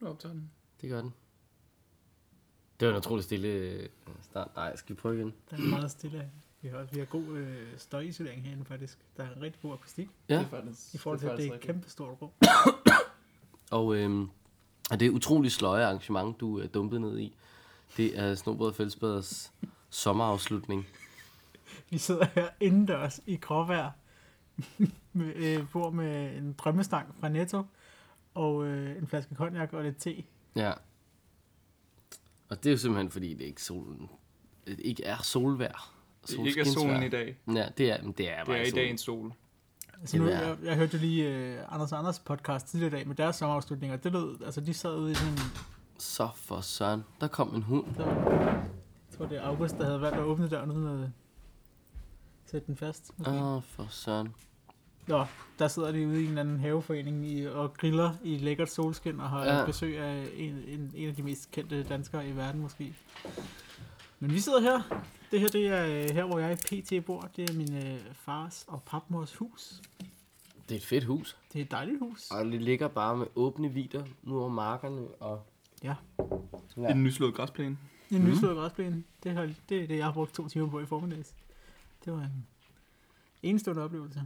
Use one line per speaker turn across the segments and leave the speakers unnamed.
nu optager den.
Det gør den. Det var en utrolig stille øh, start. Nej, skal vi prøve igen?
Der er meget stille. her. Vi har, vi har god øh, støjisolering herinde faktisk. Der er en rigtig god akustik.
Ja.
Det er faktisk,
I forhold til, at det er et kæmpe stort rum.
Og øhm, og det utrolig sløje arrangement, du er dumpet ned i, det er Snobrød Fællesbaders sommerafslutning.
Vi sidder her indendørs i gråvejr. med, øh, bor med en drømmestang fra Netto. Og øh, en flaske cognac og lidt te.
Ja. Og det er jo simpelthen, fordi det ikke, solen, det ikke er solvejr.
Det ikke er solen i dag.
Ja, det er, men det er
Det
bare
er i
solen.
dag en sol.
Altså nu,
Det er-
jeg, jeg hørte jo lige øh, Anders og Anders podcast tidligere i dag med deres sommerafslutninger. Det lød, altså de sad ude i sådan en...
Så for søren, der kom en hund.
Der var, jeg tror, det er August, der havde valgt at åbne døren uden at sætte den fast. måske.
Åh, oh, for søren.
Nå, der sidder de ude i en eller anden haveforening i, og griller i lækkert solskin og har
Ja.
ja. besøg af en, en, en af de mest kendte danskere i verden måske. Men vi sidder her. Det her det er øh, her, hvor jeg pt. bor. Det er min øh, fars og papmors hus.
Det er et fedt hus.
Det er et dejligt hus.
Og det ligger bare med åbne vider nu over markerne. Og
Ja.
Ja. En nyslået græsplæne.
En
Mhm.
mm. nyslået græsplæne. Det, har, det er det, jeg har brugt to timer på i formiddags. Det var en enestående oplevelse.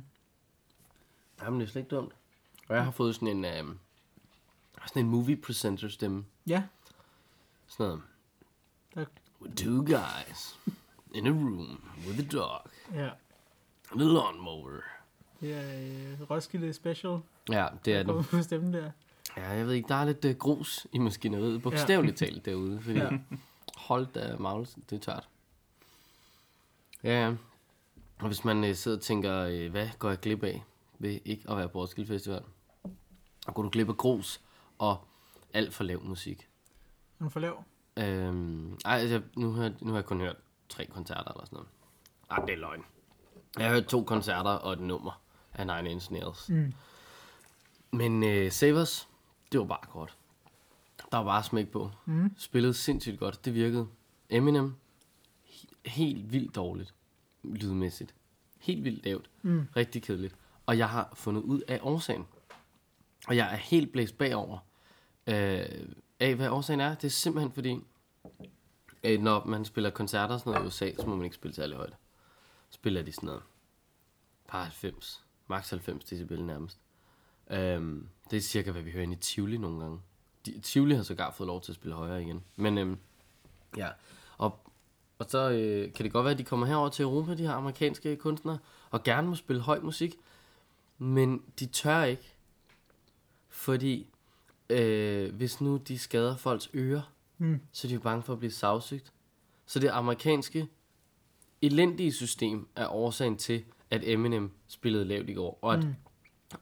Jamen, det er slet ikke dumt. Og jeg har fået sådan en, øh, sådan en movie presenter stemme.
Ja,
Sådan noget.
der,
With two guys in a room with a dog
ja
and a lawnmower.
det er øh, Roskilde Special.
Ja, det er den.
Kommer på stemmen der.
Ja, jeg ved ikke, der er lidt uh, grus i maskineriet, bogstaveligt talt derude, fordi
Ja.
hold da magles, det er tørt. Ja, ja. Og hvis man uh, sidder og tænker, uh, hvad går jeg glip af ved ikke at være på Roskilde Festival? Og går du glip af grus og alt for lav musik?
Er Den for lav.
Øhm, ej, altså, nu har, nu har jeg kun hørt tre koncerter eller sådan noget. Ej, det er løgn. Jeg har hørt to koncerter og et nummer af Nine Inch Nails. Mm. Men øh, Savers, det var bare godt. Der var bare smæk på. Mm. Spillede sindssygt godt. Det virkede. Eminem, he- helt vildt dårligt. Lydmæssigt. Helt vildt lavt. Mm. Rigtig kedeligt. Og jeg har fundet ud af årsagen. Og jeg er helt blæst bagover øh, af, hvad årsagen er. Det er simpelthen fordi, øh, når man spiller koncerter og sådan noget i USA, så må man ikke spille særlig højt. Spiller de sådan noget. Par 90. Max 90 decibel nærmest. Øhm, det er cirka, hvad vi hører inde i Tivoli nogle gange. De, Tivoli har sågar fået lov til at spille højere igen. Men øhm, ja, og, og så øh, kan det godt være, at de kommer herover til Europa, de her amerikanske kunstnere, og gerne må spille høj musik, men de tør ikke, fordi øh, hvis nu de skader folks ører, mm. så er de jo bange for at blive savsygt. Så det amerikanske elendige system er årsagen til, at Eminem spillede lavt i går, og at mm.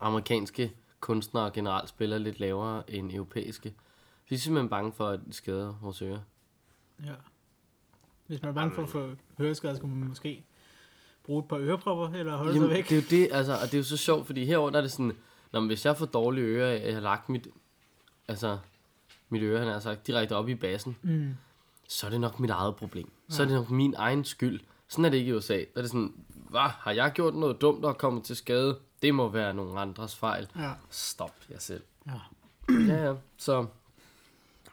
amerikanske kunstnere generelt spiller lidt lavere end europæiske. Vi er simpelthen bange for, at det skader vores ører.
Ja. Hvis man er bange for at få høreskader, skulle man måske bruge et par ørepropper eller holde sig væk.
det er jo det, altså, og det er jo så sjovt, fordi herover der er det sådan, når hvis jeg får dårlige ører, af, at jeg har lagt mit, altså, mit øre, han har sagt, direkte op i bassen,
Mm.
så er det nok mit eget problem. Så er det nok min egen skyld. Sådan er det ikke i USA. Der er det sådan, hvad, har jeg gjort noget dumt og kommet til skade? Det må være nogle andres fejl.
Ja.
Stop jer selv.
ja.
ja, ja. Så,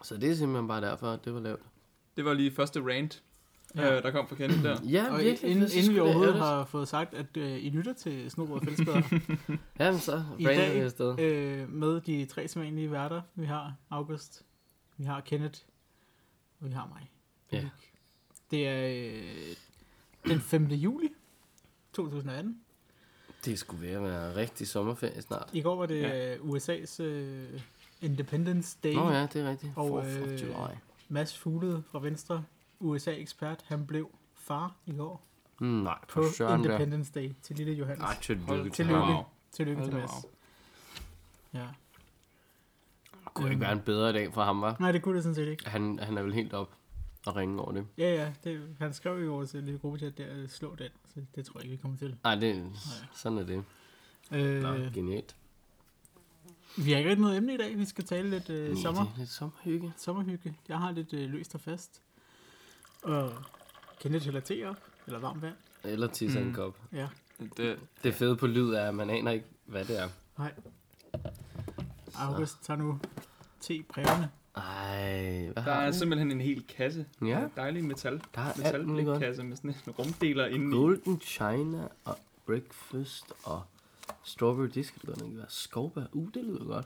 så det er simpelthen bare derfor, at det var lavt.
Det var lige første rant,
Ja.
øh, der kom fra Kenneth der.
Ja,
Og
virkelig.
inden,
så
inden
skulle
vi
det
overhovedet
ærgerligt.
har fået sagt, at øh, I lytter til Snobrød Fællesbader
Ja, men så
i
brander vi
dag
afsted.
øh, med de tre sædvanlige værter, vi har August, vi har Kenneth, og vi har mig.
Ja.
Det er øh, den 5. juli 2018.
Det skulle være, være rigtig sommerferie snart.
I går var det ja. USA's øh, Independence Day.
Nå ja, det er rigtigt.
Og,
4th of
øh,
July.
Mads Fuglede fra Venstre, USA-ekspert, han blev far i går
Mm, nej,
på
på Søren der.
Independence Day til lille Johannes.
Nej, tillykke. til
Tillykke.
ham.
Wow.
Tillykke til
Hold
Mads.
da
Ja.
Kunne ikke være en bedre dag for ham, var?
Nej, det kunne det sådan set ikke.
Han, han er vel helt op og ringe over det.
Ja, ja, det, han skrev jo i vores lille gruppechat der, øh, slå den, så det tror jeg ikke, vi kommer til.
Nej, det, sådan er det.
Øh,
Øh, Genialt.
vi har ikke rigtig noget emne i dag, vi skal tale lidt øh,
Sommer.
sommer,
Det er lidt sommerhygge.
sommerhygge. Jeg har lidt øh, løst og fast. Og Kenneth hælder te op, eller varmt vand.
Eller tisse mm. en kop.
Ja,
Det,
Det fede på lyd er, at man aner ikke, hvad det er.
nej. August tager nu te brevene.
Ej, hvad
Der
har
er
du?
simpelthen en hel kasse.
Ja.
En Dejlig metal.
Der er alt muligt
Metalblikkasse med sådan en rumdeler inde i.
Golden China og Breakfast og Strawberry Disc. Det lyder ikke være skovbær. Uh, det lyder godt.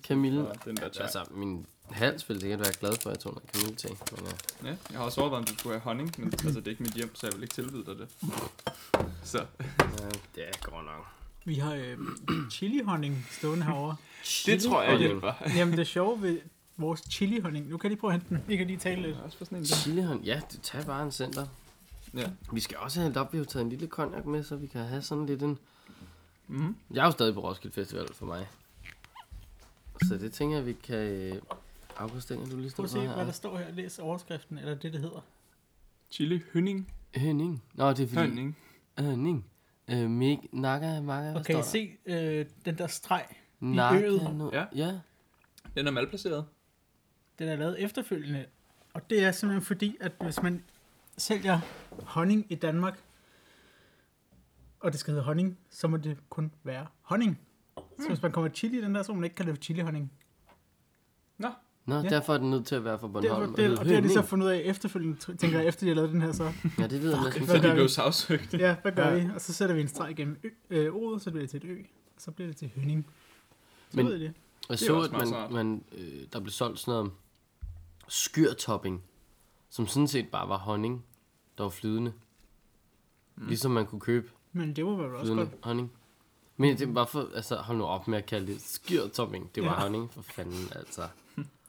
Camille.
Og Den der tør.
Altså, min hals ville sikkert være glad for, at jeg tog noget kamille Men uh,
Ja, jeg har også overvejet, om du skulle have honning, men altså, det er ikke mit hjem, så jeg vil ikke tilbyde dig det. Så
det er godt nok.
Vi har øh, chilihonning stående herovre.
det tror jeg
honning.
hjælper.
Jamen det sjove ved vores chilihonning, nu kan de prøve at hente den. I kan lige tale lidt.
Jeg har også fået sådan en der.
Chilihånd, ja, du tager bare en center.
Ja.
Vi skal også have op, vi har jo taget en lille konjak med, så vi kan have sådan lidt en...
Mm-hmm.
Jeg er jo stadig på Roskilde Festival for mig. Så det tænker jeg, vi kan... øh, August, den kan du lige
Prøv
stå
at
for
se, hvad der
her.
står her. Læs overskriften, eller det, det hedder.
Chili hønning.
Hønning. Nå, det er fordi...
Hønning.
Hønning. Øh, mig, naga, maga, hvad
Og kan
står
I
der?
se øh, den der streg?
Naga,
øret.
nu.
Ja.
Ja. ja.
Den er malplaceret.
Den er lavet efterfølgende. Og det er simpelthen fordi, at hvis man sælger honning i Danmark, og det skal hedde honning, så må det kun være honning.
Hmm.
Så hvis man kommer chili i den der, så må man ikke kalde det chili-honning.
Nå,
Nå,
Ja.
derfor er den nødt til at være fra
Derfor,
Bornholm.
det, ligesom- og det har de så
Hønning.
fundet ud af efterfølgende, t- tænker jeg, efter de har lavet den her så.
Ja, det ved jeg næsten.
så
Hvad
ikke.
de
gør
blev
vi?
savsøgt.
Ja, hvad gør
Ja.
vi? Og så sætter vi en streg gennem ø, øh, ordet, så bliver det til et ø, og så bliver det til hønning. Så
Men-
ved I det.
Jeg
Det er
så,
også
at
meget
man,
smart.
man, øh, der blev solgt sådan noget skyrtopping, som sådan set bare var honning, der var flydende. Mm. Ligesom man kunne købe
Men det var vel også
flydende
godt.
honning. Men det var for, altså hold nu op med at kalde det skyrtopping. Det var
Ja.
ja. honning, for fanden altså.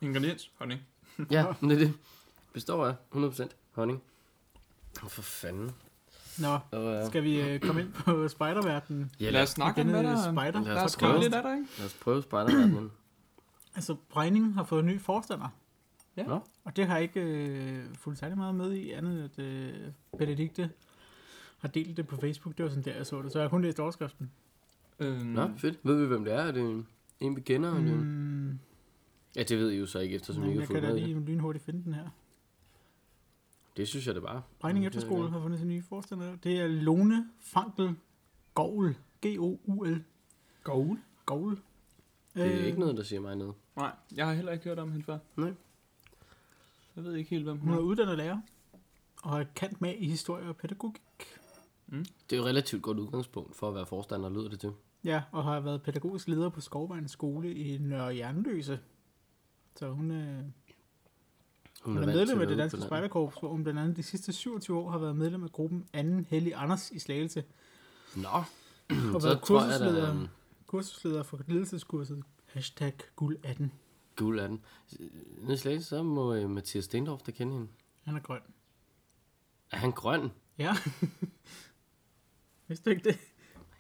Ingrediens. Honning.
Ja, men det er det. Består af 100% honning. Åh, For fanden.
Nå,
Og, øh,
skal vi øh, komme ind på spiderverdenen?
ja,
Lad
lad,
os snakke om,
Denne
hvad der er.
spider.
lad
Lad os
os
skrive
prøve.
lidt af dig, ikke?
lad os prøve spejderverdenen.
Altså, Brejning har fået ny forstander.
Ja.
Nå.
Og det har jeg ikke øh, fulgt særlig meget med i, andet end at øh, Benedikte har delt det på Facebook. Det var sådan der, jeg så det. Så jeg har kun læst overskriften.
Øhm,
Nå, fedt. Ved vi, hvem det er? Er det en, en vi kender? Mm.
Mm,
Ja, det ved I jo så ikke, eftersom I
men
ikke har
jeg kan
fulgt
da
med i det.
lige lynhurtigt finde den her.
Det synes jeg det bare.
Brejning
Mm, det
Efterskole
er
har fundet sin nye forstander. Det er Lone Frankel Goul. G-O-U-L.
Goal.
Goul. Øh.
Det er ikke noget, der siger mig noget.
Nej, jeg har heller ikke hørt om hende før.
Nej.
Jeg ved ikke helt, hvem hun
Hun er
er.
uddannet lærer og er kendt med i historie og pædagogik.
Det er jo et relativt godt udgangspunkt for at være forstander, lyder det til.
Ja, og har været pædagogisk leder på Skovvejens skole i Nørre Jernløse. Så hun, øh, hun
vant til
er medlem
at
af
være
det
ude
danske
på landet.
spejderkorps, hvor hun blandt andet de sidste 27 år har været medlem af gruppen Anden Hellig Anders i Slagelse,
Nå,
og
så
været
tror jeg, der er
kursusleder, kursusleder for ledelseskurset hashtag guld 18.
guld af den. Nede i Slagelse, så må øh, Mathias Stendorf, der kende hende.
Han er grøn.
Er han grøn?
Ja. Vidste du ikke det?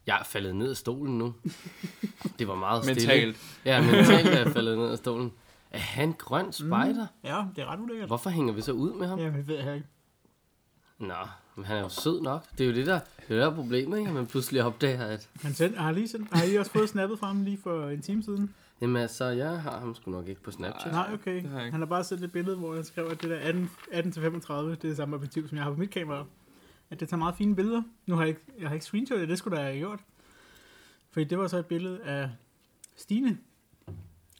Jeg er faldet ned af stolen nu. Det var meget stille.
Mentalt.
Ja, mentalt er jeg faldet ned af stolen. Er han grøn spejder?
Mm, Ja, det er ret ulækkert.
Hvorfor hænger vi så ud med ham?
Ja, men ved jeg ikke.
Nå, men han er jo sød nok. Det er jo det, der, det er jo der er problemet, ikke? At man pludselig opdager, at
Han sendte, har, lige sendt, har I også fået snappet fra ham lige for en time siden?
jamen, altså, jeg har ham sgu nok ikke på Snapchat.
Nej, okay.
det har jeg ikke.
Han har bare sendt et billede, hvor han skrev, at det der 18 18-35, det er det samme objektiv, som jeg har på mit kamera. At det tager meget fine billeder. Nu har jeg ikke, jeg har ikke screenshotet, det skulle da have gjort. Fordi det var så et billede af Stine,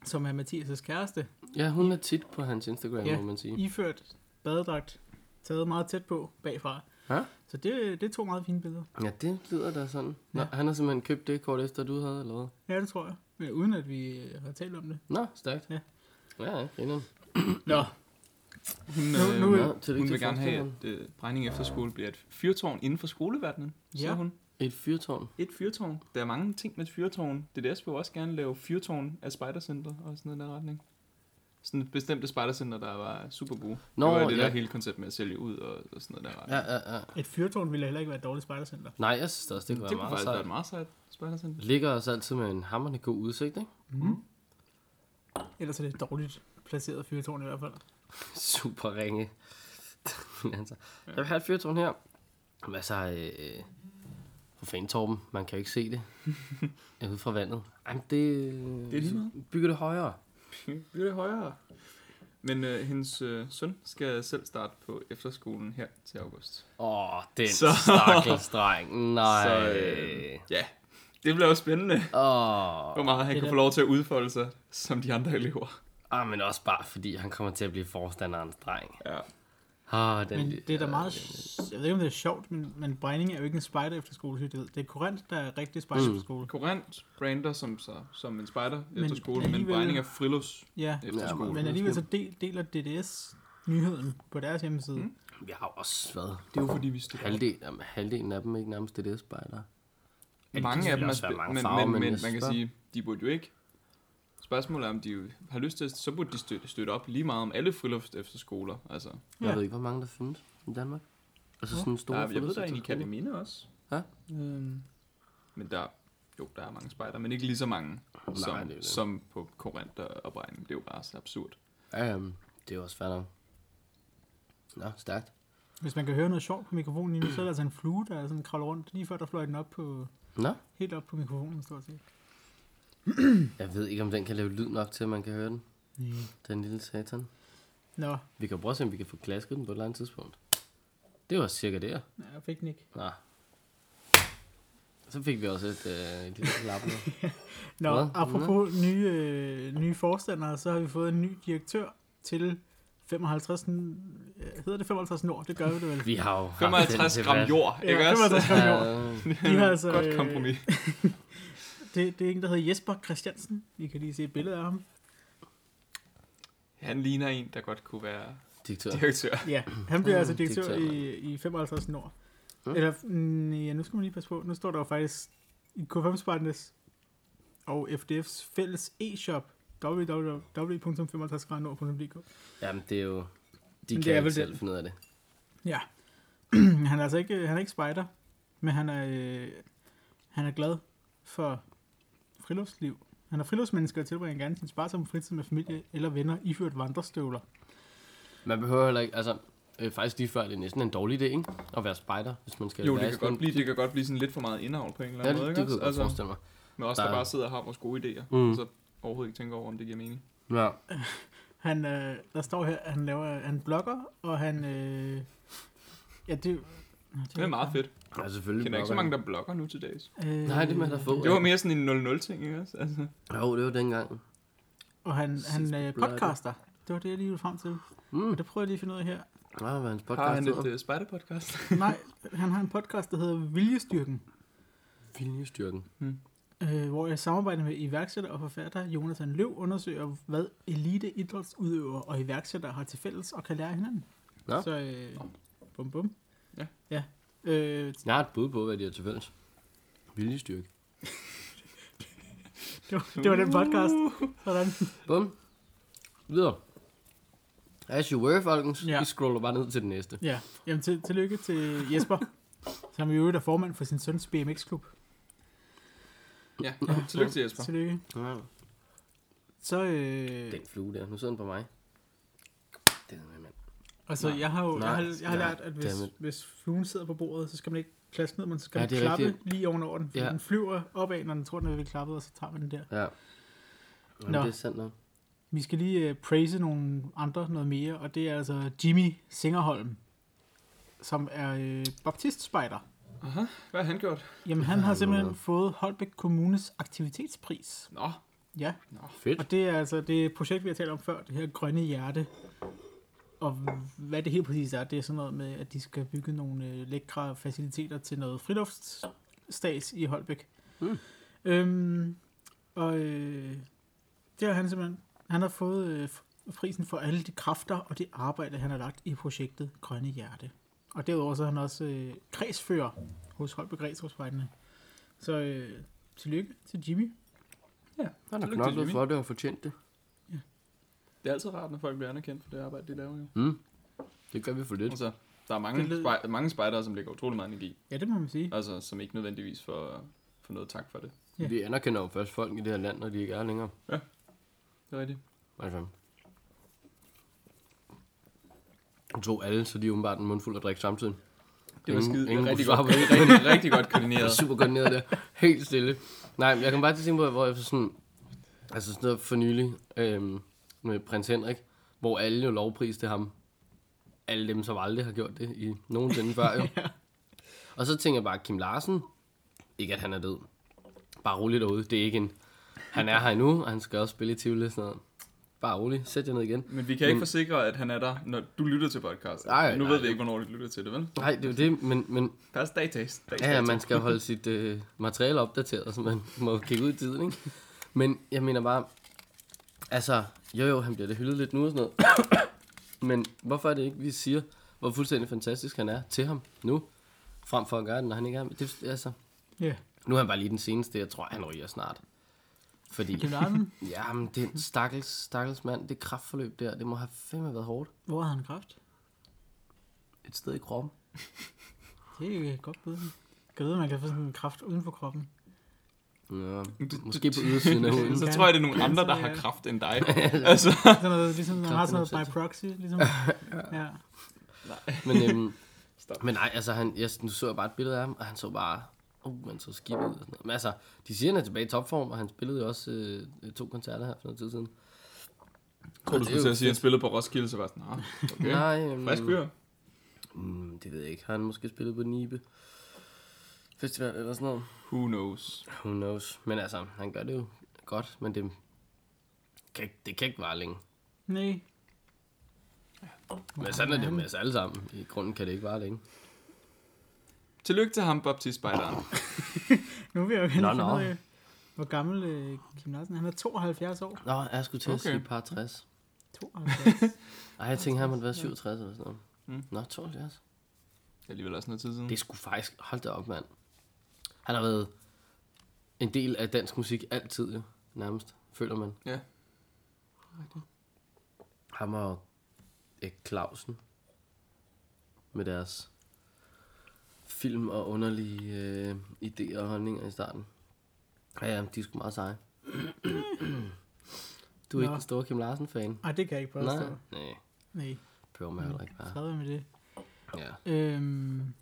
som er Mathias' kæreste,
Ja, hun er tit på hans Instagram,
Ja.
må man sige.
iført badedragt, taget meget tæt på bagfra.
Ja?
Så det, det er to meget fine billeder.
Ja, det lyder da sådan. Nå,
Ja.
ja. Han har simpelthen købt det kort efter, du havde, eller hvad?
Ja, det tror jeg. Men uden at vi øh, har talt om det.
Nå, stærkt.
Ja.
Ja, ja, grineren.
Nå,
Hun,
Nu-
øh,
nu er-
Nå, tillykke
hun
til
vil gerne have,
forstanderen.
at øh, Brejning Efterskole bliver et fyrtårn inden for skoleverdenen, siger
Ja.
hun.
Et fyrtårn.
Et fyrtårn. Der er mange ting med et fyrtårn. DDS vil jo også gerne lave fyrtårn af spejdercenter og sådan noget i den retning. Sådan et bestemte spejdercenter, der var super gode.
Nå,
det var det
ja.
der hele koncept med at sælge ud og, og sådan noget der retning.
Ja, ja, ja.
et fyrtårn ville heller ikke være et dårligt spejdercenter.
Nej, jeg synes da også, det kunne
Det
være
kunne
meget
faktisk være et
sejt.
meget sejt spejdercenter.
Ligger os altid med en hammerende god udsigt, ikke?
Ellers er det et dårligt placeret fyrtårn i hvert fald.
Super ringe. Men altså, jeg vil have et fyrtårn her. Hvad så? Øh, for fanden, Torben. Man kan jo ikke se det. Jeg er ude fra vandet. Jamen, det...
Det er lige
Bygger det højere.
Bliver det højere? Men øh, hendes øh, søn skal selv starte på efterskolen her til august.
Åh, oh, den
Så-
stakkels dreng. Nej.
Så øh, ja, det bliver jo spændende,
Åh.
hvor meget han
Det
kan
er
få lov til at udfolde sig som de andre elever.
Ah, men også bare fordi han kommer til at blive forstanderens dreng.
Ja.
Ah, den,
Men det er da meget... Jeg ved ikke, om det er sjovt, men, men Brejning er jo ikke en spejder efter skole, Det er Korint, der er rigtig spejder efter skole.
Korant brander som, sig, som en spider
Men
efter skolen, men
alligevel-
Brejning er frilufts
Ja,
efter
Ja,
skolen.
men alligevel så del, deler DDS nyheden på deres hjemmeside. Mm.
Vi har jo også været
Det er jo fordi, vi stiller
halvdelen, jamen, halvdelen af dem ikke nærmest det der spejder.
Mange af dem er
også være
spil-
mange
men,
farver,
men,
men
men
jeg
man kan
spørger.
sige, de burde jo ikke. Spørgsmålet er, om de jo har lyst til, at- så burde de støtte, støtte op lige meget om alle friluft efter skoler. Altså,
Jeg
Ja.
ved ikke, hvor mange der findes i Danmark. Altså sådan en stor
der, er- jeg ved, der er en i Kalimine også.
Ja.
Øhm, men der, jo, der er mange spejder, men ikke lige så mange Nej,
det er
som,
jo det.
som på Korint og opregning. Det er jo bare så absurd.
Ja, um, det er jo også fair nok. Nå, stærkt.
Hvis man kan høre noget sjovt på mikrofonen lige nu, så er der altså en flue, der sådan kravler rundt, lige før der fløj den op på,
Nå,
helt op på mikrofonen, stort set.
jeg ved ikke, om den kan lave lyd nok til, at man kan høre den.
Mm.
Den lille satan.
Nå,
Vi kan prøve at se, om vi kan få klasket den på et eller andet tidspunkt. Det var cirka der.
jeg fik den ikke.
Nå. Så fik vi også et, øh, et lille klap. nu.
Nå,
Hvad?
apropos nye, øh, nye forstandere, så har vi fået en ny direktør til 55... Øh, hedder det 55 Nord? Det gør vi det vel.
Vi har jo haft den
55 gram
debat.
jord,
Ja,
ikke også?
55 gram jord.
Ja,
De har altså,
Godt
øh,
kompromis.
Det, det er en, der hedder Jesper Christiansen. I kan lige se et billede af ham.
Han ligner en, der godt kunne være
Direktør.
direktør.
Ja, han bliver
Mm,
altså direktør
direktør,
i, i 55 Nord.
Mm.
Eller, mm, ja, nu skal man lige passe på. Nu står der jo faktisk i K5-spartenes og FDF's fælles e-shop www.55gradnord.dk
Jamen, det er jo... De
Men
men
det er
kan ikke
vel
selv
det.
finde ud af det.
Ja. han er altså ikke, han er ikke spider, men han er, øh, han er glad for friluftsliv. Han er friluftsmenneske og tilbringer gerne sin sparsomme fritid med familie eller venner iført vandrestøvler.
Man behøver heller ikke... Altså, øh, faktisk lige før, det er næsten en dårlig idé, ikke? At være spejder, hvis man skal
Jo,
være
det kan,
sådan-
godt blive, det kan godt blive sådan lidt for meget indhold på en eller
Ja,
anden måde,
det, det
ikke
kunne jeg
også? Altså,
godt forestille mig.
Men også der,
Der-
bare sidder og har vores gode idéer,
Mm.
og så overhovedet ikke tænker over, om det giver mening.
Ja.
Han, øh, der står her, at han laver, han blogger, og han, øh, ja, det,
Det er meget fedt.
ja, selvfølgelig.
Jeg kender ikke så
blogger.
mange, der blogger nu til dags.
Øh,
Nej, det er man da få.
Det var mere sådan en 0-0-ting, ikke også? Altså,
Jo, det var dengang.
Og han, han
Sidst på
øh,
blogger.
podcaster. Det var det, jeg lige ville frem til.
Mm.
Og det prøver jeg lige at finde ud af her.
Ja, hvad hans
har
podcast
han et
hedder.
uh, spider-podcast?
Nej, han har en podcast, der hedder Viljestyrken.
Viljestyrken.
øh, hvor jeg samarbejder med iværksætter og forfatter Jonathan Løv undersøger, hvad elite idrætsudøvere og iværksættere har til fælles og kan lære af hinanden.
Nå.
Så øh, bum bum.
Ja.
ja. Øh,
Jeg har et bud på, hvad de har til fælles. Viljestyrke.
det, var, det var den podcast. Sådan.
Bum. Videre. As you were, folkens.
Ja.
Ja. I scroller bare ned til den næste.
Ja. Jamen, til, tillykke til Jesper, som i øvrigt er formand for sin søns BMX-klub.
ja, tillykke til Jesper.
Tillykke.
Ja.
Så, øh,
Den flue der. Nu sidder den på mig. Den er med, mand.
og så
Nej.
altså, jeg har jo jeg
Nej.
har, jeg har
Nej.
lært, at hvis,
Dammit.
hvis fluen sidder på bordet, så skal man ikke klasse ned, men så skal
Ja,
man
det er
klappe
rigtigt.
lige ovenover den, for
Ja.
den flyver opad, når den tror, den er ved klappet, og så tager man den der.
Ja. Jamen,
Nå.
det er sandt nok.
Vi skal lige uh, praise nogle andre noget mere, og det er altså Jimmy Singerholm, som er øh, baptistspejder.
Aha, hvad har han gjort?
Jamen, han har
han
simpelthen
været.
fået Holbæk Kommunes aktivitetspris.
Nå,
Ja,
Fedt.
og det er altså det projekt, vi har talt om før, det her grønne hjerte. Og hvad det helt præcis er, det er sådan noget med, at de skal bygge nogle øh, lækre faciliteter til noget friluftsstads i Holbæk.
Mm.
Øhm, og øh, det har han simpelthen. Han har fået øh, f- prisen for alle de kræfter og det arbejde, han har lagt i projektet Grønne Hjerte. Og derudover så er han også øh, kredsfører hos Holbæk Kredsrådsvejene. Så øh, tillykke til Jimmy.
Han har
Tillykke til
knoklet
Jimmy.
for det og fortjent det.
det er altid rart, når folk bliver anerkendt for det arbejde, de laver. Jo.
Mm. Det gør vi for lidt.
Altså, der er mange,
Det lyder-
spej- mange spejdere, som lægger utrolig meget energi,
Ja, det må man sige.
altså som ikke nødvendigvis får, får noget tak for det.
Ja.
Ja. Vi anerkender jo først folk i det her land, når de ikke er længere.
Det er rigtigt.
Altså. Nu tog alle, så de er åbenbart en mundfuld at drikke samtidig.
Det var
Ingen-
skide, det
ingen
er rigtig
kunne
godt,
svare på
det er rigtig, rigtig godt
Jeg
koordineret.
er super godt ned der. Helt stille. Nej, men jeg kan bare til at tænke på, hvor jeg var sådan... Altså sådan noget for nylig øhm, med prins Henrik, hvor alle jo lovpriste ham. Alle dem, som aldrig har gjort det i nogensinde før, jo. Og så tænker jeg bare, Kim Larsen, ikke at han er død. Bare roligt derude, det er ikke en... Han er her endnu, og han skal også spille i Tivoli og sådan noget. Bare rolig. Sæt jer ned igen.
Men vi kan ikke
Men-
forsikre, at han er der, når du lytter til podcasten.
Mm. Nej, nej,
nu ved vi
nej.
ikke, hvornår du lytter til det, vel?
Nej, det er jo det, men, men
Pas datas. datas.
ja, ja,
Altså,
man skal jo holde sit øh, materiale opdateret, så man må jo kigge ud i tiden, ikke? Men jeg mener bare, altså, jo jo, han bliver da hyldet lidt nu og sådan noget. Men hvorfor er det ikke, vi siger, hvor fuldstændig fantastisk han er til ham nu, frem for at gøre det, når han ikke er med? Det, altså,
Ja.
nu er han bare lige den seneste, jeg tror, han ryger snart. Fordi,
Kim Larsen,
ja, men den stakkels, stakkels mand, det kraftforløb der, det må have fandme været hårdt.
hvor har han kraft?
Et sted i kroppen.
Det er jo et godt bud. Jeg ved, man kan få sådan en kraft uden for kroppen.
Ja, måske på ydersiden af huden.
så tror jeg, det er nogle andre, der har kraft end dig. altså,
Sådan noget, ligesom når man har
Kraft
sådan
uden
noget by
for
proxy. Ligesom. ja.
Men, øhm,
Stop.
men nej, altså, han, jeg, nu så jeg bare et billede af ham, og han så bare, uh, han så skidt ud. Og sådan noget. Men altså, de siger, han er tilbage i topform, og han spillede jo også øh, to koncerter her for noget tid siden.
tror du
det er
skulle til
jo
at sige, at han spillede på Roskilde, så var jeg sådan, ah, okay.
Nej, øhm,
Frisk fyr.
mm, det ved jeg ikke. Har han måske spillet på Nibe Festival eller sådan noget?
Who knows?
Who knows? Men altså, han gør det jo godt, men det kan, ikke- det kan ikke vare længe.
Nej.
Men sådan er det jo med os alle sammen. I grunden kan det ikke vare længe.
Tillykke til ham, Baptiste Spejderen.
Nu vil jeg jo gerne
Nå,
finde
nå.
ud af, hvor gammel øh, Kim Larsen er. Han er 72 år.
Nå, jeg skulle til at
Okay.
sige par 60.
72.
Ej, jeg tænkte, han måtte være 67 eller sådan noget.
Mm.
Nå, 72.
Det er alligevel også noget
Mm.
tid siden.
Det skulle faktisk... Hold da op, mand. Han har været en del af dansk musik altid, jo. Nærmest, føler man.
Ja.
Ham og Erik Clausen. Med deres film og underlige øh, idéer og holdninger i starten. Ja, ja, de er sgu meget seje. du er
Nå.
ikke den store Kim Larsen-fan.
Ej, det kan jeg ikke påstå.
Nej, nej.
Nej.
Prøver man heller ikke bare.
Fred være med det.
Ja.
Øhm,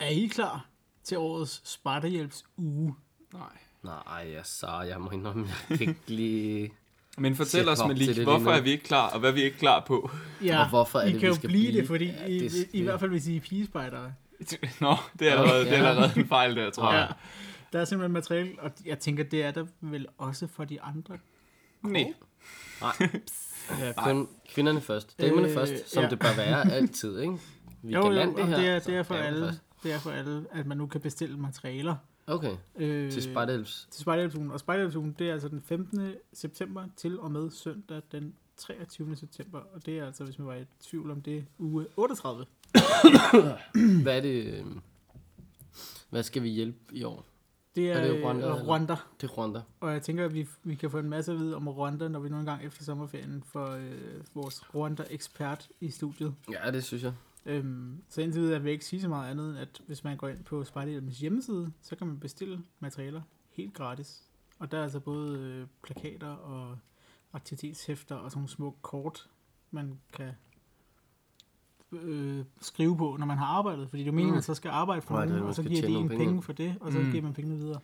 er I klar til årets Spartahjælps uge?
Nej.
Nej, jeg så, jeg må indrømme, jeg kan ikke lige...
Men fortæl
Sæt
os,
mig op til
Malik,
det
hvorfor
lige nu.
er vi ikke klar, og hvad er vi ikke klar på?
Og hvorfor er det,
I kan
vi
jo
skal
blive det,
blive?
fordi
Ja,
I,
det-
I, i hvert fald hvis I er pigespejdere.
Nå, det er allerede, det er
Ja.
allerede en fejl der, tror
Ja.
jeg.
Der er simpelthen materiale, og jeg tænker, det er der vel også for de andre.
Nej.
Ja, kun kvinderne først. Damerne
Øh,
øh, først, som
ja.
ja. det bør være altid, ikke? Vi kan lande det
og
her.
det er,
så
det er for
damerne
alle,
først.
det er for alle, at man nu kan bestille materialer.
Okay,
Øh,
til Spartels.
til Spejderhjælpsugen. Og Spejderhjælpsugen, det er altså den 15. september til og med søndag den 23. september. Og det er altså, hvis man var i tvivl om det, uge 38.
Hvad er det... øhm, Hvad skal vi hjælpe i år?
Det er,
Er det Rwanda,
Rwanda,
eller?
Rwanda.
Det er Rwanda.
Og jeg tænker, at vi, vi kan få en masse at vide om Rwanda, når vi nu engang efter sommerferien får øh, vores Rwanda-ekspert i studiet.
Ja, det synes jeg.
Øhm, så indtil videre vil jeg ikke sige så meget andet, end at hvis man går ind på Spejderhjælpens hjemmeside, så kan man bestille materialer helt gratis. Og der er altså både øh, plakater og aktivitetshæfter og sådan nogle små kort, man kan øh, skrive på, når man har arbejdet. Fordi det er jo meningen,
Mm.
at man så skal arbejde for
Nej, det er
nogen,
det,
og
man
så
skal
giver de
tjene
en
nogle
penge.
penge.
for det, og så
Mm.
giver man pengene videre.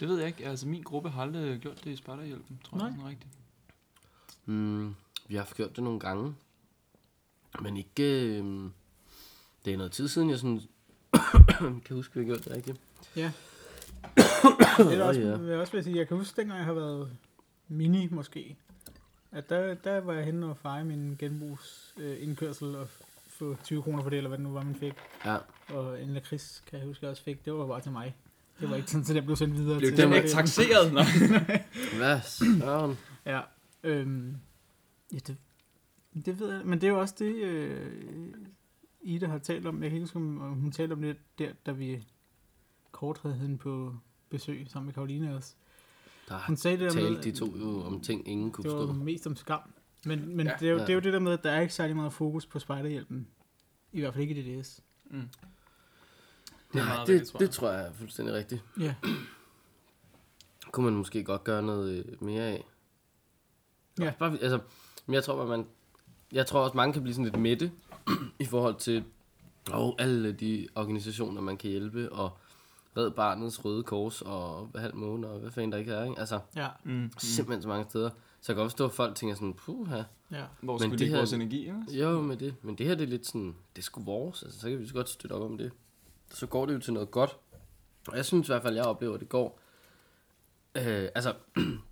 Det ved jeg ikke. Altså, min gruppe har aldrig gjort det i Spartahjælpen, tror
Nej.
jeg sådan rigtigt.
Mm, vi har haft gjort det nogle gange. Men ikke... øhm, Det er noget tid siden, jeg sådan... kan huske, vi har gjort det rigtigt.
Ja. Eller også,
ja.
vil jeg også vil sige, jeg kan huske, dengang jeg har været mini måske, at der, der var jeg henne og feje min genbrugsindkørsel og få 20 kroner for det, eller hvad det nu var, man fik.
Ja.
Og en lakrids, kan jeg huske, jeg også fik. Det var bare til mig. Det var ikke sådan, så den blev sendt videre
Blev
til...
den ikke taxeret? Nej.
Hvad søren?
Ja. Øhm, ja det, det ved jeg, men det er jo også det, øh, Ida har talt om. Jeg kan ikke huske, om om hun talte om det der, da vi kort havde hende på besøg sammen med Karoline også.
Der
Hun sagde det der med,
talte de to jo om ting, ingen kunne
det var
forstå.
mest om skam. Men, men ja,
Ja.
det, er jo,
Ja.
det er jo det der med, at der er ikke særlig meget fokus på spejderhjælpen. I hvert fald ikke i DDS.
Mm. Det er
Nej,
meget
det,
rigtigt, tror
det
jeg.
tror jeg er fuldstændig rigtigt.
Ja.
kunne man måske godt gøre noget øh, mere af.
Ja.
Også Bare, altså, men jeg tror, bare, man, jeg tror også, mange kan blive sådan lidt mætte i forhold til og alle de organisationer, man kan hjælpe, og Red Barnets Røde Kors, og halv måne, og hvad fanden der ikke er, ikke? Altså,
Ja.
Mm.
simpelthen så mange steder. Så jeg kan godt forstå, at folk tænker sådan, puha,
ja.
Hvor skulle
det
vi lægge
her-
vores energi, ikke?
jo med det. Men det her, det er lidt sådan, det skulle vores, altså, så kan vi så godt støtte op om det. Så går det jo til noget godt. Og jeg synes i hvert fald, jeg oplever, at det går. Øh, altså,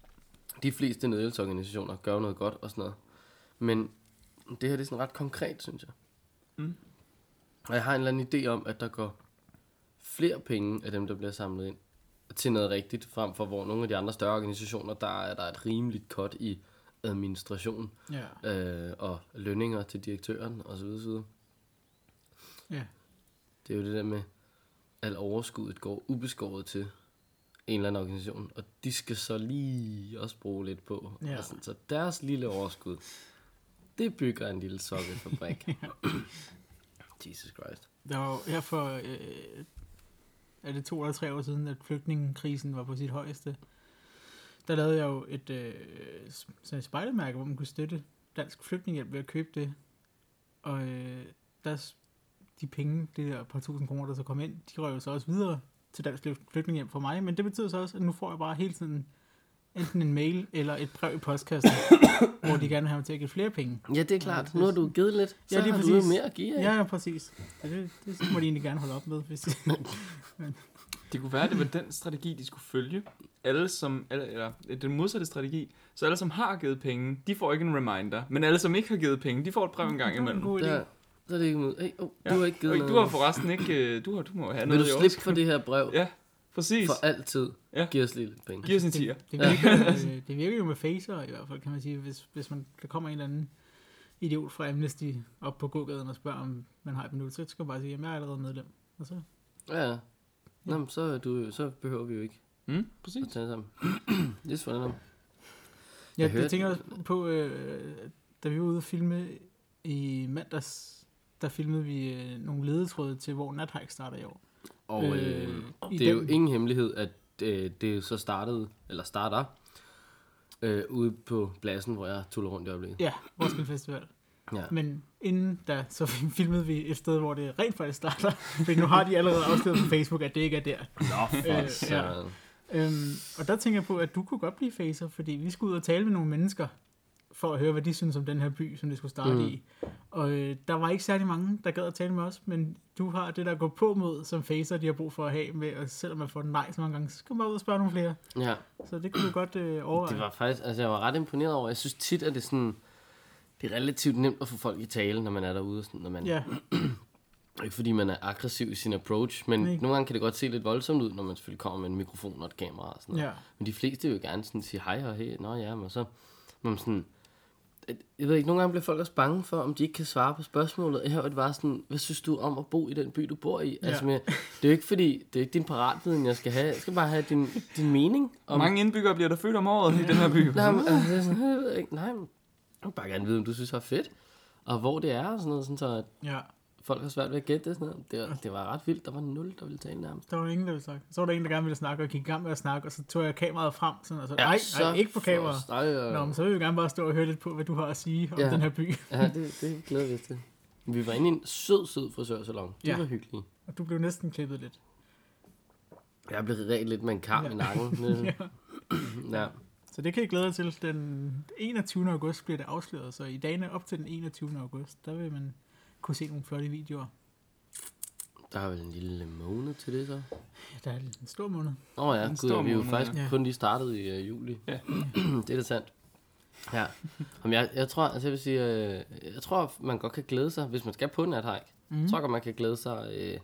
de fleste nødhjælpsorganisationer gør jo noget godt og sådan noget. Men det her det er sådan ret konkret, synes jeg.
Mm.
Og jeg har en eller anden idé om, at der går flere penge af dem, der bliver samlet ind, til noget rigtigt, frem for hvor nogle af de andre større organisationer, der er der er et rimeligt cut i administration
Ja.
øh, og lønninger til direktøren osv. videre.
ja.
Det er jo det der med, at overskuddet går ubeskåret til en eller anden organisation, og de skal så lige også bruge lidt på.
Ja.
Og sådan, så deres lille overskud, det bygger en lille sokkelfabrik. Jesus Christ.
Der var jo her for, øh, er det to eller tre år siden, at flygtningekrisen var på sit højeste. Der lavede jeg jo et, øh, s- sådan et spejdermærke, hvor man kunne støtte dansk flygtningehjælp ved at købe det. Og øh, der, s- de penge, det der par tusind kroner, der så kom ind, de røg jo så også videre til dansk Flygtning- flygtningehjælp for mig. Men det betyder så også, at nu får jeg bare hele tiden enten en mail eller et brev i postkassen, hvor de gerne vil have mig til at give flere penge.
Ja, det er klart. Nu har du givet lidt, så
Ja, lige
har du jo
præcis.
mere at give af.
Ja, ja præcis. Ja, det, det må de egentlig gerne holde op med, hvis de
Det kunne være, at det var den strategi, de skulle følge. Alle som, eller, eller øh, den modsatte strategi, så alle som har givet penge, de får ikke en reminder. Men alle som ikke har givet penge, de får et brev en gang
Det var en
imellem.
god idé.
Der, så er det ikke med. Hey, oh,
Ja.
du har ikke givet
Øj,
noget.
du har forresten ikke, øh, du, har, du må have
Vil
noget
du
i år.
slippe for det her brev
Ja, præcis.
for altid?
Ja.
Giv os lige lidt penge.
Giv os en tier.
Det virker, øh, det virker jo med facer i hvert fald, kan man sige. Hvis, hvis man, der kommer en eller anden idiot fra Amnesty op på gågaden og spørger, om man har et minut, så skal man bare sige, at jeg er allerede medlem. Og så,
Ja, ja. Nå, men så, er du, så behøver vi jo ikke
Mm,
at
præcis.
tage det sammen. Yes, for det
ja,
Jeg
jeg,
hørte-
jeg tænker også på, øh, da vi var ude at filme i mandags, der filmede vi øh, nogle ledetråde til, hvor Nathike starter i år.
Og øh,
Øh, i
det er jo
den-
ingen hemmelighed, at øh, det så startede, eller starter, øh, ude på pladsen, hvor jeg tuller rundt i øjeblikket.
Ja, Roskilde Festival.
Ja.
Men inden da, så filmede vi et sted, hvor det rent faktisk starter. For nu har de allerede afsløret på Facebook, at det ikke er der.
Nå, for
Øh,
søren.
Øhm, og der tænker jeg på, at du kunne godt blive facer, fordi vi skulle ud og tale med nogle mennesker, for at høre, hvad de synes om den her by, som det skulle starte
Mm.
mm. i. Og øh, der var ikke særlig mange, der gad at tale med os, men du har det, der går på mod, som facer, de har brug for at have med, og selvom man får den nej så mange gange, så skal man bare ud og spørge nogle flere.
ja.
Så det kunne du godt øh, overveje.
Det var faktisk, altså jeg var ret imponeret over. Jeg synes tit, at det er sådan, det er relativt nemt at få folk i tale, når man er derude. og Sådan, når man,
Ja,
Ikke fordi man er aggressiv i sin approach, men
Nej.
nogle gange kan det godt se lidt voldsomt ud, når man selvfølgelig kommer med en mikrofon og et kamera og sådan noget.
ja.
Men de fleste vil jo gerne sådan sige hej og hey, nå ja, men så... Men sådan, jeg ved ikke, nogle gange bliver folk også bange for, om de ikke kan svare på spørgsmålet. Jeg har jo bare sådan, hvad synes du om at bo i den by, du bor i? Ja.
Ja.
Altså med, det er jo ikke fordi, det er ikke din paratviden, jeg skal have. Jeg skal bare have din, din mening.
Hvor mange indbyggere bliver der født om året i den her by?
Nej, men, altså, det er sådan, jeg ved ikke, nej, men jeg vil bare gerne vide, om du synes, det er fedt. Og hvor det er, og sådan noget, sådan så at
ja.
folk har svært ved at gætte det. Sådan noget. Det, var, det var ret vildt. Der var nul, der ville tale nærmest.
Der var ingen, der ville snakke. Så var der en, der gerne ville snakke, og gik i gang med at snakke, og så tog jeg kameraet frem, sådan, og så, nej, nej, ikke på kamera.
Nej,
Nå, men så vil vi gerne bare stå og høre lidt på, hvad du har at sige om
Ja.
ja. den her by.
Ja, det, det glæder vi os til. Vi var inde i en sød, sød frisørsalon. Det ja.
Ja.
var hyggeligt.
Og du blev næsten klippet lidt.
Jeg blev ret lidt med en karm ja. i nakken.
Ja.
ja.
Så det kan I glæde jer til. Den 21. august bliver det afsløret, så i dagene op til den 21. august, der vil man kunne se nogle flotte videoer.
Der er vel en lille måned til det så.
Ja, der er en stor måned.
Åh oh, ja,
En
gud,
stor
ja, vi er jo
måned,
faktisk ja.
ja.
kun lige startet i uh, juli.
Ja.
det er da sandt. Ja. Jamen, jeg, jeg tror, altså jeg vil sige, øh, jeg tror, man godt kan glæde sig, hvis man skal på nathajk. Mm. Jeg tror godt, man kan glæde sig øh,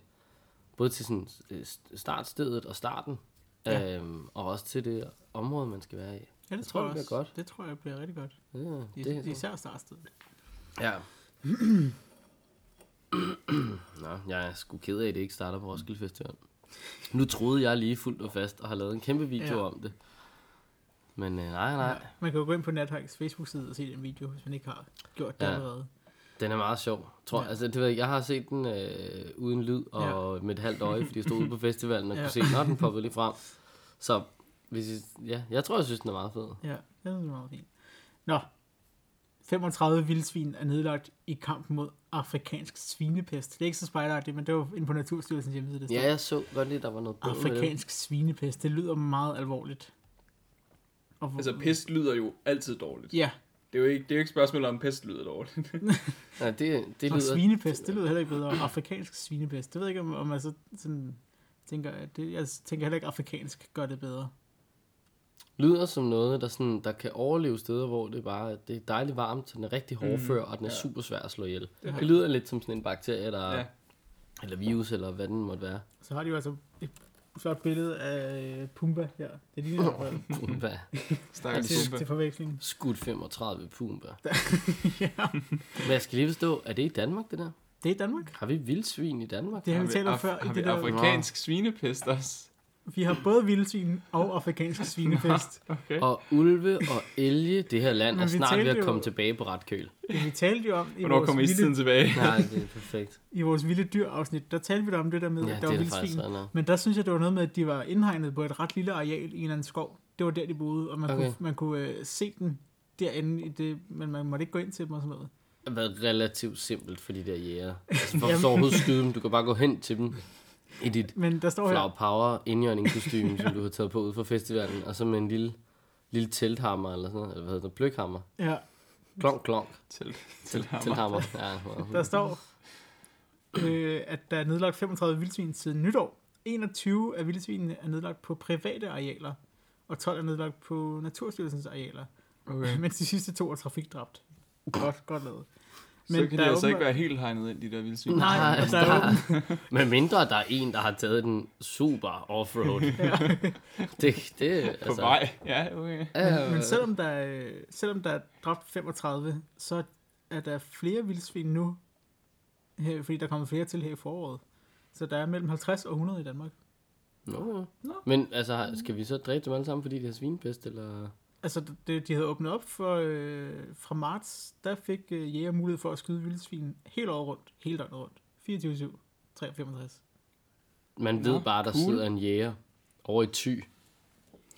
både til sådan, øh, st- startstedet og starten, ja.
Ja.
øhm, og også til det område, man skal være i.
Ja, det
Jeg
jeg
tror, det
tror, jeg
bliver
også.
godt.
Det tror jeg bliver rigtig godt.
Ja,
I,
det,
det, især startstedet.
Ja. Nå, jeg er sgu ked af, at det ikke starter på Roskilde Festival. Nu troede jeg lige fuldt og fast og har lavet en kæmpe video ja.
Ja.
om det. Men øh, nej, nej.
Ja. Man kan jo gå ind på Nathikes Facebook-side og se den video, hvis man ikke har gjort det
Ja.
ja. allerede.
Den er meget sjov. Tror, ja.
Ja.
altså, det ved jeg, ikke, jeg har set den øh, uden lyd og ja. med et halvt øje, fordi jeg stod ude på festivalen og ja.
Ja.
kunne se, når den poppede lige frem. Så hvis I, ja, jeg tror, jeg synes, den er meget fed.
Ja, det er meget fint. Nå, 35 vildsvin er nedlagt i kampen mod afrikansk svinepest. Det er ikke så spejderagtigt, men det var inde på Naturstyrelsens hjemmeside. Det stod.
Ja, jeg så godt lige, der var noget bøvl med det.
Afrikansk svinepest, det lyder meget alvorligt. Og hvor-
Altså, pest lyder jo altid dårligt.
Ja,
Det er jo ikke, det er jo ikke et spørgsmål om, pest lyder dårligt.
Ja, det, det
og
lyder...
svinepest, det lyder heller ikke bedre. Afrikansk svinepest, det ved jeg ikke, om, om man så sådan tænker, at det, jeg tænker heller ikke, at afrikansk gør det bedre.
lyder som noget, der, sådan, der kan overleve steder, hvor det bare det er dejligt varmt, den er rigtig
Mhm.
hårdfør, mm, og den er ja. super svær at slå ihjel. Det lyder lidt som sådan en bakterie, der,
Ja.
ja. eller virus, eller hvad den måtte være.
Så har de jo altså et flot billede af øh, Pumba her. Det er lige der,
Pumba.
Stakkels
til,
Pumba.
til forveksling.
Skudt 35 Pumba.
ja.
Men jeg skal lige forstå, er det i Danmark, det der?
Det er Danmark.
Har vi vildsvin i Danmark?
Det har
Har
vi talt om
af-
før. i
Har vi
det der,
afrikansk svinepest også?
vi har både vildsvin og afrikansk svinefest.
Okay.
Og ulve og elge, det her land
Men
er
vi
snart
talte
ved at
jo-
komme tilbage på ret køl.
Men Vi talte jo om i
Hvornår
vores,
kommer istiden
vilde,
tilbage?
Nej, det er perfekt.
i vores vilde dyr afsnit, der talte vi da om det der med,
Ja,
ja, at der
det
var
er det faktisk
vildsvin.
ret nok.
Men der synes jeg, det var noget med, at de var indhegnet på et ret lille areal i en eller anden skov. Det var der, de boede, og man
Okay.
okay. kunne, man kunne øh, se den derinde, i det, men man måtte ikke gå ind til dem og sådan noget.
Det har været relativt simpelt for de der jæger. Altså, for så overhovedet skyde dem, du kan bare gå hen til dem i dit
Men der står
Flower
her,
Power indjørningkostyme, som du har taget på ud fra festivalen, og så med en lille, lille telthammer eller sådan noget, eller hvad hedder det, pløkhammer.
ja,
Klonk, klonk,
Til, til
Tel-
ham.
telthammer. Ja,
der
meget.
står, øh, at der er nedlagt 35 vildsvin siden nytår. 21 af vildsvinene er nedlagt på private arealer, og 12 er nedlagt på Naturstyrelsens arealer.
Okay.
Mens de sidste to er trafikdræbt. Godt, godt lavet.
Men så kan
der
de
er
altså ikke
åbenbart-
være helt hegnet ind, de der vildsvin.
Nej, altså,
Nej,
og der er jo
Men mindre der er en, der har taget den super offroad. det, det, altså-
På vej. Ja, okay.
Ja,
Men selvom der, er- selvom der er dræbt 35, så er der flere vildsvin nu, her, fordi der kommer flere til her i foråret. Så der er mellem 50 og 100 i Danmark.
Nå, ja.
Nå.
Men altså, skal vi så dræbe dem alle sammen, fordi de har svinepest, eller?
Altså, det, de havde åbnet op for, øh, fra marts, der fik øh, jæger mulighed for at skyde vildsvin hele året rundt, hele døgnet rundt. 24-7, 365.
Man ved
Nå,
bare, der
cool.
sidder en jæger over i ty,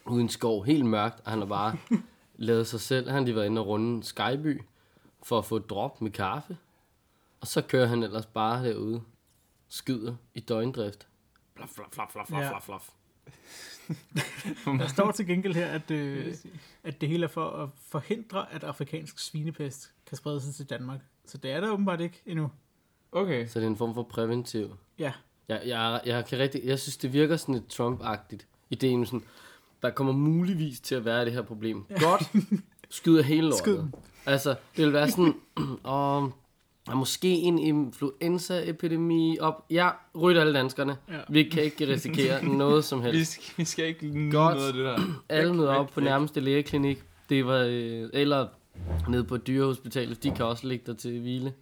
uden skov, helt mørkt, og han har bare lavet sig selv. Han har lige været inde og runde Skyby for at få et drop med kaffe. Og så kører han ellers bare derude, skyder i døgndrift. Flaf, flaf, flaf, flaf, flaf,
Ja.
flaf, flaf.
Der står til gengæld her, at, øh, at det hele er for at forhindre, at afrikansk svinepest kan sprede sig til Danmark. Så det er der åbenbart ikke endnu.
Okay.
Så det er en form for præventiv.
Ja,
Jeg, jeg, jeg, kan rigtig, jeg synes, det virker sådan lidt Trump-agtigt. Ideen med sådan, der kommer muligvis til at være det her problem. Godt, skyder hele lortet.
Skyd dem.
Altså, det vil være sådan, og der er måske en influenzaepidemi op. Ja, rydder alle danskerne.
Ja.
Ja. Vi kan ikke risikere noget som
Vi
helst.
skal, vi skal ikke nyde
Godt.
noget af det der.
Alle møder op på
væk.
nærmeste lægeklinik. Det var, øh, eller nede på et dyrehospital. De kan også ligge der til hvile.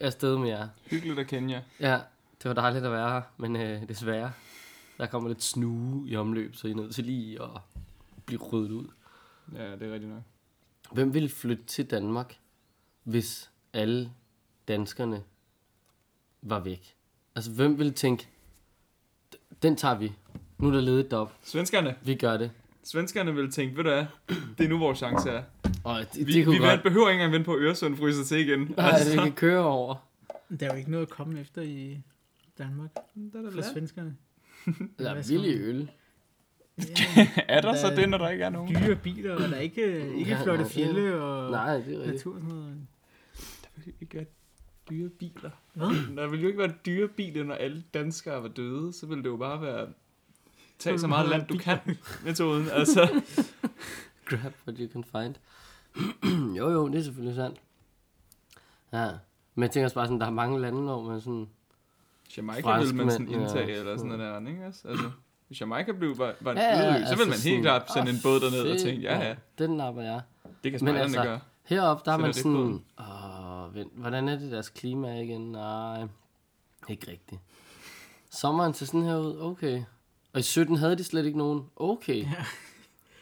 Afsted med jer.
Hyggeligt at kende jer.
Ja, det var dejligt at være her, men øh, desværre, der kommer lidt snue i omløb, så I er nødt til lige at blive ryddet ud.
Ja, det er rigtigt nok.
Hvem ville flytte til Danmark, hvis alle danskerne var væk? Altså, hvem ville tænke, "D- den tager vi. Nu er der ledigt op.
Svenskerne.
Vi gør det.
Svenskerne vil tænke, ved du hvad, det er nu vores chance er.
Og det,
Vi,
det kunne
vi
vi godt...
vil- behøver ikke engang vente på, at Øresund fryser til igen. Altså.
Nej, vi kan køre over.
Der er jo ikke noget at komme efter i Danmark
Der er, der
for
land.
svenskerne.
Der
Hvad
er
skal
vildt
man?
øl.
er der så
Der-
det, når der ikke er nogen?
Dyre biler, og der er ikke, ikke
Ja,
flotte
nej, det-
fjelle og
Nej, øh. det er rigtigt.
natur og sådan noget.
Der vil ikke være dyre biler.
Hvad?
Der ville jo ikke være dyre biler, når alle danskere var døde. Så ville det jo bare være... Tag så meget land, du kan, metoden. Altså,
Grab what you can find. jo, jo, det er selvfølgelig sandt. Ja. Men jeg tænker også bare sådan, der er mange lande, hvor man sådan...
Jamaica ville man sådan
Franskmænd, ja.
indtage, eller sådan noget der, ikke også? Altså, hvis Jamaica blev, var, var en
Ja, ja,
ødeløb, så
altså
ville man helt
sådan,
klart sende en
"Åh,
båd derned og
fedt,
tænke, ja, ja,
Den napper jeg.
det kan
Men
spejderne
altså,
gøre.
Heroppe, der er
Sætter
man
det
sådan, Åh, vent, hvordan er det deres klima igen? Nej, ikke rigtigt. Sommeren ser sådan her ud, okay. Og i 17 havde de slet ikke nogen, okay.
Ja.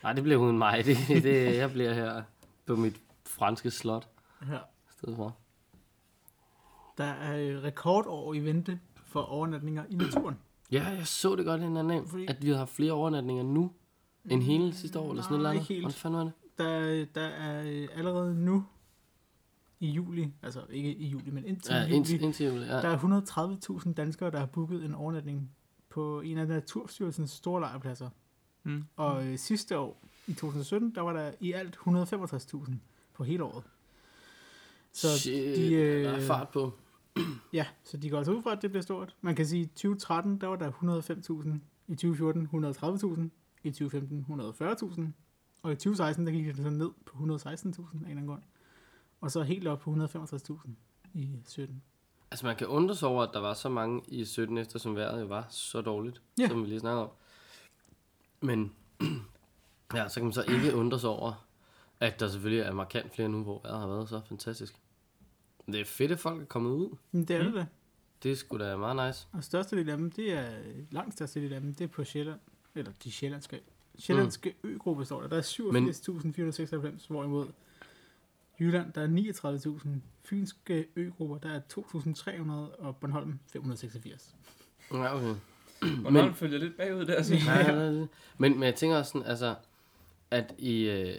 Nej, det bliver uden mig. Det, det, jeg bliver her på mit franske slot
Ja.
i stedet for.
Der er øh, rekordår i vente for overnatninger i naturen.
Ja, jeg så det godt en anden dag,
Fordi- Mm.
at vi har haft flere overnatninger nu, end hele sidste år, eller sådan
nej,
noget.
ikke helt.
Hvordan fanden var det?
Der, der er øh, allerede nu i juli, altså ikke i juli, men indtil
Ja,
juli,
indtil, indtil jul, ja.
der er 130.000 danskere, der har booket en overnatning på en af Naturstyrelsens store lejrpladser.
Mm.
Og øh, sidste år, i 2017, der var der i alt 165.000 på hele året. Så
Shit,
de, øh,
der er fart på.
Ja, så de går altså ud fra, at det bliver stort. Man kan sige, at i 2013, der var der 105.000. I 2014, 130.000. I 2015, 140.000. Og i 2016, der gik den så ned på 116.000 af en eller anden grund. Og så helt op på 165.000 i 17.
Altså man kan undre sig over, at der var så mange i 17 efter, som vejret jo var så dårligt,
Ja.
ja. som vi lige snakkede om. Men ja, så kan man så ikke undre sig over, at der selvfølgelig er markant flere nu, hvor vejret har været så fantastisk. Det er fedt, at folk er kommet ud.
Men det er mm. det da.
Det skulle da være meget nice.
Og største del af dem, det er, langt største del af dem, det er på Sjælland. Eller de sjællandske, sjællandske mm. øgruppe, står der. Der er 87.496, hvorimod Jylland, der er 39.000. Fynske øgrupper, der er 2.300, og Bornholm 586.
Ja, okay.
Bornholm følger lidt bagud der, synes jeg.
Nej, nej, nej. Men, men jeg tænker også sådan, altså, at i øh,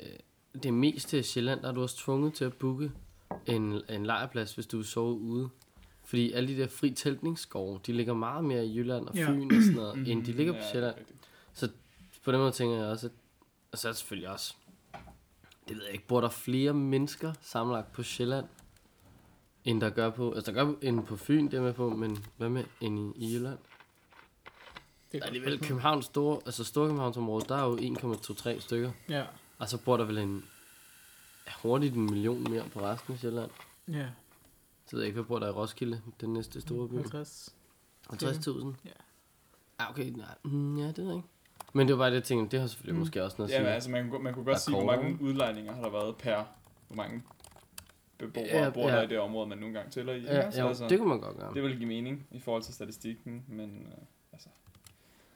det meste af Sjælland, der er du også tvunget til at booke en, en lejrplads, hvis du vil sove ude. Fordi alle de der fri teltningsskove, de ligger meget mere i Jylland og
Ja.
Fyn og sådan noget, end de ligger på
Ja, det er
Sjælland.
rigtigt.
Så på den måde tænker jeg også, at, og så er det selvfølgelig også, det ved jeg ikke, bor der flere mennesker sammenlagt på Sjælland, end der gør på, altså der gør end på Fyn, det er jeg med på, men hvad med end i, i Jylland?
Det
Der er
godt
alligevel
spørgsmål.
Københavns store, altså Storkøbenhavnsområdet, der er jo 1,23 stykker.
Ja,
Og så bor der vel en, ja, hurtigt en million mere på resten af Sjælland.
ja.
Så ved jeg ikke, hvad bor der i Roskilde, den næste store by.
50.
50.000?
Ja.
Ja, okay, nej. Mm, ja, det ved jeg ikke. Men det var bare det, jeg tænkte, det har selvfølgelig
Mm.
mm. måske også noget
Ja,
at
men
sige.
altså, man, kunne godt- man kunne godt
Der er
sige, hvor mange
kortere.
udlejninger har der været per, hvor mange beboere
Ja,
bor
ja.
der i det område, man nogle gange tæller i.
ja,
ikke? Så
jo,
altså,
det kunne man godt gøre.
det vil give mening i forhold til statistikken, men... øh,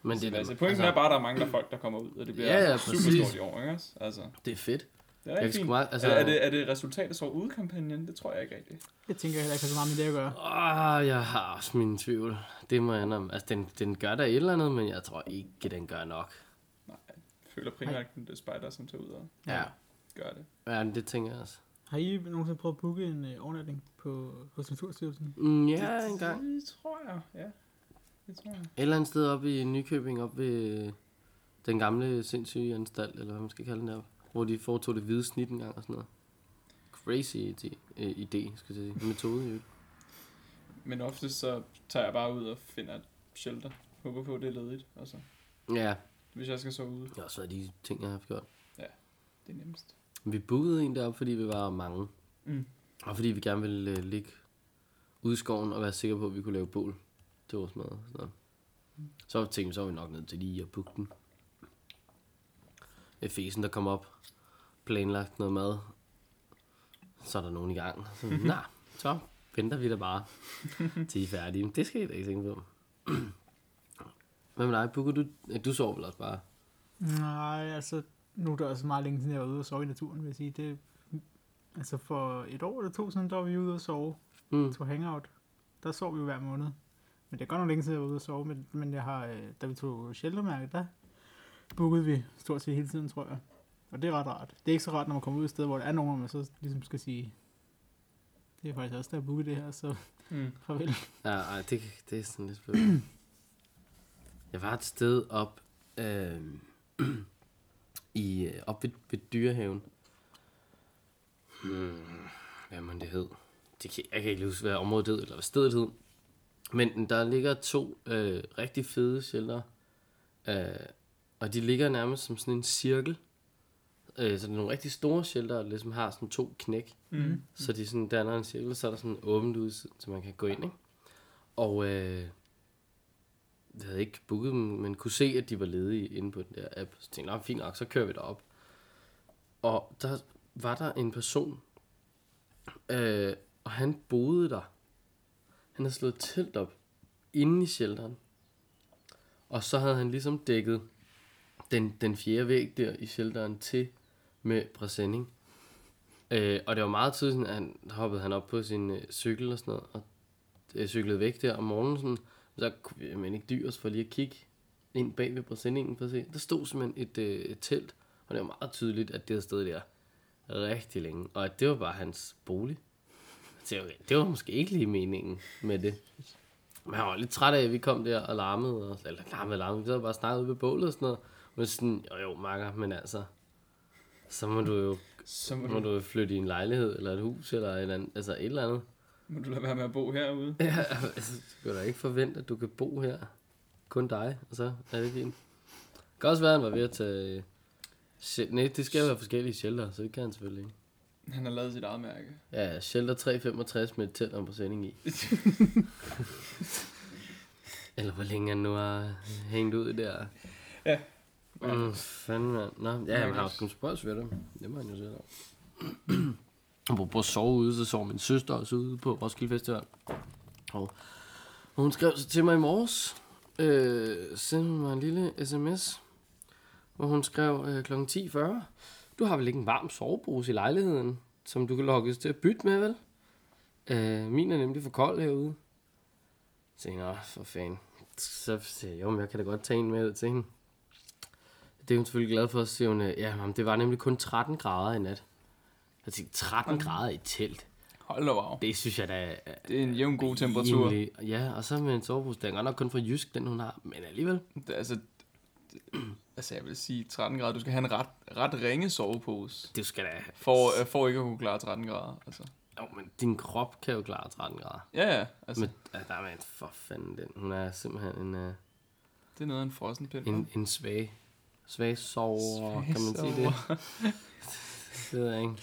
men det,
Det,
er
altså, pointen altså, er bare, at der er mange der folk, der kommer ud, og det bliver
Ja,
ja,
ja,
ja, super
præcis.
stort i år, ikke også? Altså,
det er fedt.
det er rigtig
kan sgu
fint.
meget-
altså,
altså-
er, er, det, er det resultatet så ude kampagnen? Det tror jeg ikke rigtigt.
Jeg tænker heller ikke har så meget med det at gøre.
Åh, oh, jeg har også mine tvivl. Det må jeg indrømme. Altså, den, den gør da et eller andet, men jeg tror ikke, den gør nok.
Nej, jeg føler primært, at det er spejder, som tager ud og
Ja.
gør det.
Ja, det tænker jeg også.
Har I nogensinde prøvet at booke en øh, overnatning på, hos Naturstyrelsen?
Mm, ja, en gang.
Det tror jeg, ja. Det tror jeg.
Et eller andet sted oppe i Nykøbing, oppe ved den gamle sindssyge anstalt, eller hvad man skal kalde den der, hvor de foretog det hvide snit en gang og sådan noget. Crazy idé, øh, idé skal jeg sige. Metode, jo.
Men oftest så tager jeg bare ud og finder et shelter. Håber på, at det er ledigt. altså. Og så,
Ja,
hvis jeg skal sove ude,
det har også været de ting, jeg har haft gjort.
det er nemmest.
Vi bookede en deroppe, fordi vi var mange.
Mm.
Og fordi vi gerne ville øh, ligge ude i skoven og være sikre på, at vi kunne lave bål til vores mad. og Sådan noget. Så tænkte vi, så var vi nok nødt til lige at booke den. Efesen, der kom op, planlagt noget mad. Så er der nogen i gang. Så, vi, nah, så venter vi da bare til I er færdige. Det skal I da ikke tænke på. Hvad med dig? Booker du? ja, Du sover vel også bare?
Nej, altså, nu er det også meget længe siden, jeg var ude og sove i naturen, vil jeg sige. Det, altså, for et år eller to siden, der var vi ude og sove
Mm.
tog hangout. Der sov vi jo hver måned. Men det er godt nok længe siden, jeg var ude og sove, men, men jeg har, øh, da vi tog sheltermærket, der bookede vi stort set hele tiden, tror jeg. Og det er ret rart. Det er ikke så rart, når man kommer ud et sted, hvor der er nogen, og man så ligesom skal sige, det er faktisk også der har booket det her, så
Mm.
farvel.
Ja, ej, det, det er sådan lidt spændende. Jeg var et sted op, øh, i, øh, op ved, ved dyrehaven. Hmm, hvad man det hed? Det kan, jeg kan ikke huske, hvad området hed, eller hvad stedet hed. Men der ligger to øh, rigtig fede shelter. Øh, og de ligger nærmest som sådan en cirkel. Øh, så det er nogle rigtig store shelter, der ligesom har sådan to knæk.
Mm.
Så de sådan danner en cirkel, så er der sådan åbent ud, så så man kan gå ind, ikke? Og øh, jeg havde ikke booket dem, men kunne se, at de var ledige inde på den der app. Så tænkte jeg, "Nå, fint nok, så kører vi derop. Og der var der en person, øh, og han boede der. Han havde slået et telt op inde i shelteren. Og så havde han ligesom dækket den, den fjerde væg der i shelteren til med præsending. Øh, og det var meget tidligt, sådan, at han der hoppede han op på sin øh, cykel og sådan noget, og øh, cyklede væk der om morgenen. Sådan, så kunne vi simpelthen ikke dyre os for lige at kigge ind bag ved præsendingen for at se. Der stod simpelthen et, øh, et telt, og det var meget tydeligt, at det havde stået der rigtig længe. Og at det var bare hans bolig. Så tænkte jeg, okay, det var måske ikke lige meningen med det. Men jeg var lidt træt af, at vi kom der og larmede, og, eller larmede, larmede, vi sad bare snakket ude ved bålet og sådan noget. Men sådan, jo jo, makker, men altså, så må du jo
Så må
må
du,
du flytte i en lejlighed, eller et hus, eller et, eller andet, altså et eller andet.
må du lade være med at bo herude.
Ja, altså, du kan da ikke forvente, at du kan bo her. Kun dig, og så er det fint. Det kan også være, at han var ved at tage Se- Nej, det skal være forskellige shelter, så det kan han selvfølgelig ikke.
Han har lavet sit eget mærke.
Ja, shelter 365 med et tænder på sending i. Eller hvor længe han nu har hængt ud der.
Ja.
Mm, fanden, mand. Nå, ja, han har også kun spørgsmål ved dem. Det må han jo selv om. Apropos at sove ude, så sov min søster også ude på Roskilde Festival. Og og hun skrev så til mig i morges, øh, sendte hun mig en lille sms, hvor hun skrev øh, kl. 10.40, du har vel ikke en varm sovepose i lejligheden, som du kan lokkes til at bytte med, vel? Øh, min er nemlig for kold herude. Så tænkte jeg, "Nå, for fanden. Så sagde jeg, jo, men jeg kan da godt tage en med ud til hende. Det er hun selvfølgelig glad for, så siger hun, øh, ja, jamen, det var nemlig kun 13 grader i nat. Jeg tænkte, 13
Mm.
grader i et telt?
Hold da wow.
Det synes jeg da er-
Det er en jævn god temperatur.
Rimelig. Ja, og så med en sovepose. Den er godt nok kun fra Jysk, den hun har, men alligevel.
Det, er altså, det- altså, jeg vil sige 13 grader. Du skal have en ret, ret ringe sovepose.
Det skal da...
For, øh, for ikke at kunne klare 13 grader. Altså.
Jo, men din krop kan jo klare 13 grader.
Ja, ja. Altså,
Men ah, der er man for fanden den. Hun er simpelthen en, uh,
det er noget af en frossen pind.
en, en svag, svag sover,
Svag
kan man sige det? Det ved jeg ikke.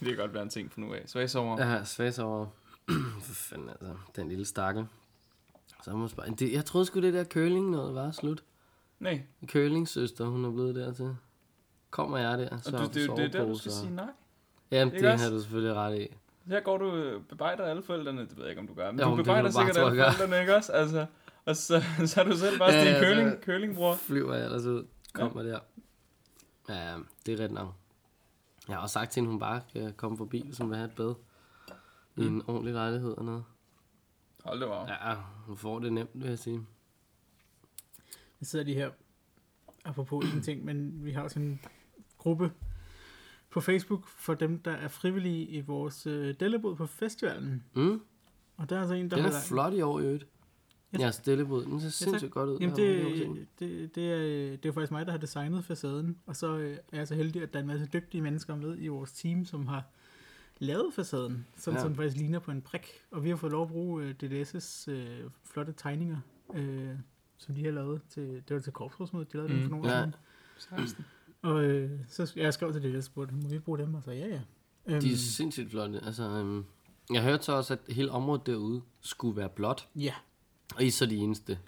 Det kan godt være en ting for nu af. Svag sommer. Ja.
Ja, svag sover. for fanden altså, den lille stakkel. Så må jeg spørge. Det, jeg troede sgu det der curling noget var slut.
Nej,
Curling søster, hun er blevet dertil. Kommer jeg der,
og
så
du,
har
det, det, det er der, du
soveposer.
skal sige nej.
Jamen,
Ikke
det
også?
har du selvfølgelig ret i.
Her går du øh, bebrejder alle forældrene. Det ved jeg ikke, om du gør. Men
Jo,
jo,
men
du
det
bebrejder
kan du bare
sikkert alle
tro, jeg gør.
forældrene, ikke også? Altså, og så, så er du selv bare
Ja,
sådan
ja,
en
så-
curling, curlingbror.
flyver jeg ellers ud. Kommer der. Ja, det er ret nok. Jeg har også sagt til hende, hun bare kan komme forbi, hvis hun vil have et bad. I
Mm.
en ordentlig lejlighed og noget.
Hold da wow. Ja.
Ja, hun får det nemt, vil jeg sige. Mm?
Jeg sidder lige her, apropos ingenting, men vi har også en gruppe på Facebook for dem, der er frivillige i vores øh, dellebod på festivalen.
Mm?
Og der er altså en, der
Den er
holder-
flot i år, i øvrigt.
Ja,
Ja, stillebod. Den ser sindssygt godt ud.
Jamen
Jeg har aldrig set den.
det, det, det, er, øh, det er jo faktisk mig, der har designet facaden, og så øh, er jeg så heldig, at der er en masse dygtige mennesker med i vores team, som har lavet facaden, sådan
Ja.
ja. som faktisk ligner på en prik. Og vi har fået lov at bruge øh, DDS' øh, flotte tegninger, øh, som de har lavet til, det var til korpsrådsmødet, de lavede mm.
Mm.
dem for nogle år
Ja.
siden. Og øh, så jeg skrev til DDS og spurgte, må vi bruge dem? Og så ja, ja. Øhm,
De er sindssygt flotte. Altså, øhm, jeg hørte så også, at hele området derude skulle være blåt.
ja.
Og I er så de eneste,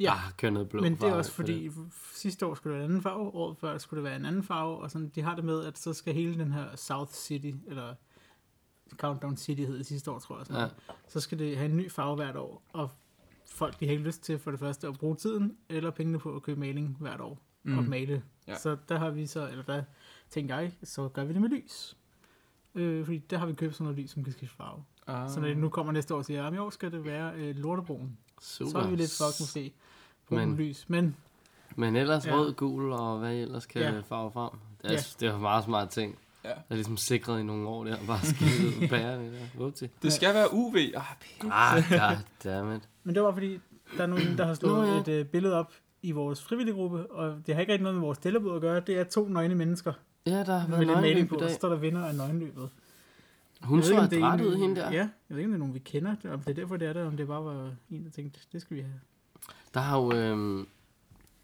Ja.
der har kørt noget blå
Men det er
farve
også
på
fordi, f- sidste år skulle det være en anden farve, året før skulle det være en anden farve, og sådan, de har det med, at så skal hele den her South City, eller Countdown City hed det sidste år, tror jeg, sådan.
Ja.
Ja. så skal det have en ny farve hvert år, og folk de har ikke lyst til for det første at bruge tiden, eller pengene på at købe maling hvert år, mm. og male.
Ja.
Ja. Så der har vi så, eller der tænkte jeg, så gør vi det med lys. Øh, fordi der har vi købt sådan noget lys, som kan skifte farve.
Ah.
Så når det nu kommer næste år og siger, at i år skal det være øh, lortebroen,
Super.
så er vi lidt fucked måske. Brune
Men-
men. lys, men
Men ellers ja.
Ja.
rød, gul og hvad I ellers kan ja.
Ja.
farve frem. Det er,
Ja.
ja. det er meget smart ting.
Ja.
Der er ligesom sikret i nogle år der, bare skidt bærende der. Upti.
Det skal være UV. Ah, pisse.
Ah, goddammit.
Men det var fordi, der er nogen, der har slået
Nå, ja.
et øh, billede op i vores frivillige gruppe, og det har ikke rigtig noget med vores dellebud at gøre. Det er to nøgne mennesker
Ja, der har været
med lidt maling
nøgenløb i
på, og
dag.
så står der vinder af nøgenløbet.
Hun
Jeg ved
så
ikke, om det er
adræt
en-
ud, hende der. Ja.
Ja, jeg ved ikke, om det er nogen, vi kender. Det- Om det er derfor, det er der, om det bare var en, der tænkte, det skal vi have.
Der har jo... Øhm,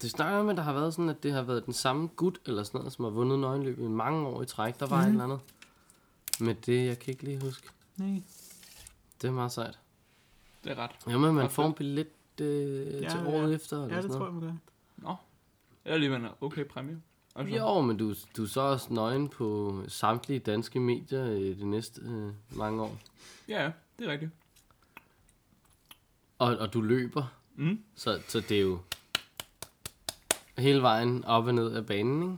det snakker om, at der har været sådan, at det har været den samme gut, eller sådan noget, som har vundet nøgenløb i mange år i træk. Der var
Mhm.
mm. et eller andet. Men det, jeg kan ikke lige huske.
Nej.
Det er meget sejt.
Det er ret.
Jamen, man
Ret
får en billet øh,
Ja,
til
ja.
året efter, eller
Ja,
sådan noget.
det tror jeg, man gør.
Nå. Eller lige en okay præmie. Altså,
Jo, men du, du er så også nøgen på samtlige danske medier i de næste øh, mange år.
Ja, ja, det er rigtigt.
Og, og du løber,
Mm.
så, så det er jo hele vejen op og ned af banen, ikke?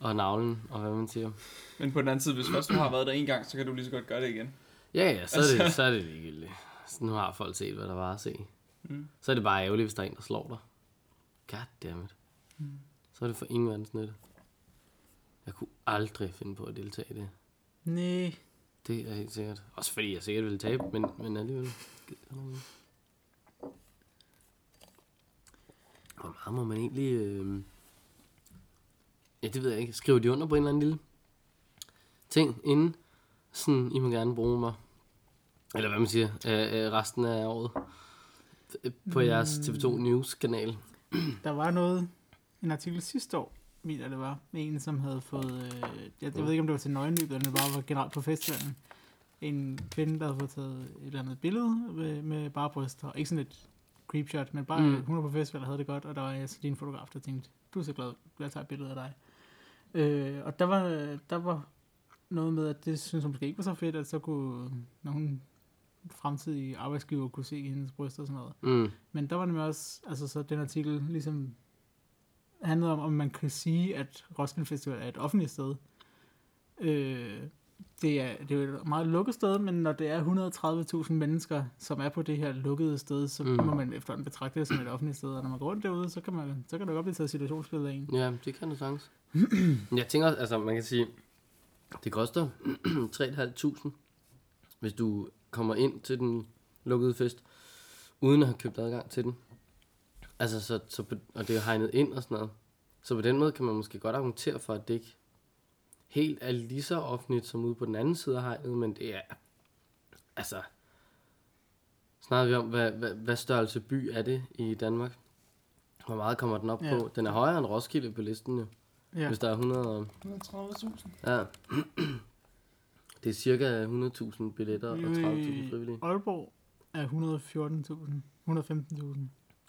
Og navlen, og hvad man siger.
Men på den anden side, hvis først du har været der en gang, så kan du lige så godt gøre det igen.
Ja, ja, så er det, så er det ligegyldigt. Så nu har folk set, hvad der var at se. Mm.
Mm.
Så er det bare ærgerligt, hvis der er en, der slår dig. Goddammit. Mm. Så er det for ingen verdens nytte. Jeg kunne aldrig finde på at deltage i det.
Nej.
Det er helt sikkert. Også fordi jeg sikkert ville tabe, men, men alligevel. Gid for noget. Hvor meget må man egentlig... Øh... Ja, det ved jeg ikke. Skriver de under på en eller anden lille ting inden? Sådan, I må gerne bruge mig. Eller hvad man siger, øh, øh, resten af året. På jeres TV2 News-kanal.
Der var noget, en artikel sidste år, mener jeg, det var, med en, som havde fået, øh, jeg, jeg ved ikke, om det var til nøgenløb, eller om det bare var generelt på festivalen, en kvinde, der havde fået taget et eller andet billede med, med bare bryster, og ikke sådan et creepshot, men bare,
Mm.
mm. hun var på festival og havde det godt, og der var jeg så lige en fotograf, der tænkte, du er så glad, jeg tager et billede af dig. Øh, og der var, der var noget med, at det synes hun måske ikke var så fedt, at så kunne, når hun fremtidige arbejdsgiver kunne se hendes bryster og sådan noget.
Mm.
Men der var nemlig også, altså så den artikel ligesom handlede om, om man kan sige, at Roskilde Festival er et offentligt sted. Øh, det, er, det er jo et meget lukket sted, men når det er 130.000 mennesker, som er på det her lukkede sted, så
Mm.
mm. må man efterhånden betragte det som et offentligt sted. Og når man går rundt derude, så kan, man, så kan der godt blive taget situationsbilleder af en.
Ja, det kan det sagtens. Men jeg tænker også, altså man kan sige, det koster 3.500, hvis du kommer ind til den lukkede fest, uden at have købt adgang til den. Altså, så, så, på- og det er hegnet ind og sådan noget. Så på den måde kan man måske godt argumentere for, at det ikke helt er lige så offentligt som ude på den anden side af hegnet, men det er, altså, snakker vi om, hvad, hvad, hvad størrelse by er det i Danmark? Hvor meget kommer den op
Ja.
ja. på? Den er højere end Roskilde på listen jo. Ja.
Ja.
Hvis der er 100... og-
130.000.
Ja. Det er cirka 100.000 billetter og
Vi
30.000
er jo i
frivillige.
Aalborg er 114.000, 115.000.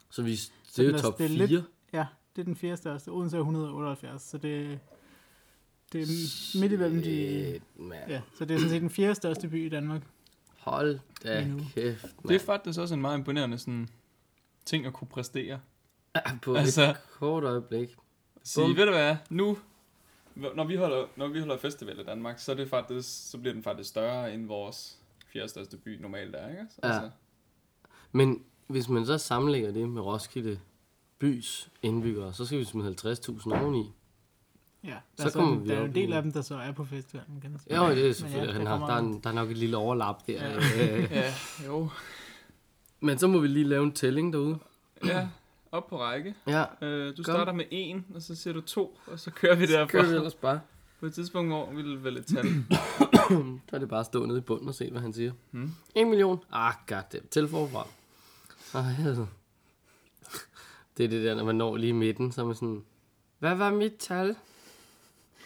Så vi
Så
det er
den
jo
er
top
spillet lidt
4.
Ja, det er den fjerde største. Odense er 178, så det, det er midt imellem de...
Man.
Ja, så det er sådan set den fjerde største by i Danmark.
Hold da
Lige nu.
kæft,
Det
man.
er faktisk også en meget imponerende sådan, ting at kunne præstere.
På altså.
altså-
et kort øjeblik.
Sige,
Bum.
ved du hvad, nu, når vi, holder, når vi holder festival i Danmark, så, er det faktisk, så bliver den faktisk større end vores fjerde største by normalt er, ikke? Altså, Så,
Ja. Men hvis man så sammenlægger det med Roskilde bys indbyggere, så skal vi smide 50.000 oveni.
Ja,
Så
der, så er,
kommer
en,
vi
der er jo
op
en del
i-
af dem, der så er på festivalen, kan man sige.
Jo, det er
Men
selvfølgelig.
ja,
Ja, der,
der, kommer
der, er,
en-
en- der er nok et lille overlap der. Øh,
ja, jo.
Men så må vi lige lave en tælling derude.
Ja, op på række.
Ja,
Øh, du starter med en, og så siger du to, og så kører vi
så kører vi
derfra.
ellers bare.
På et tidspunkt, hvor vi vil vælge et tal.
Så er det bare at stå nede i bunden og se, hvad han siger.
Hmm.
En million. Ah, goddamn. Tæl forfra. Ej, altså. Det er det der, når man når lige i midten, så er man sådan... Hvad var mit tal?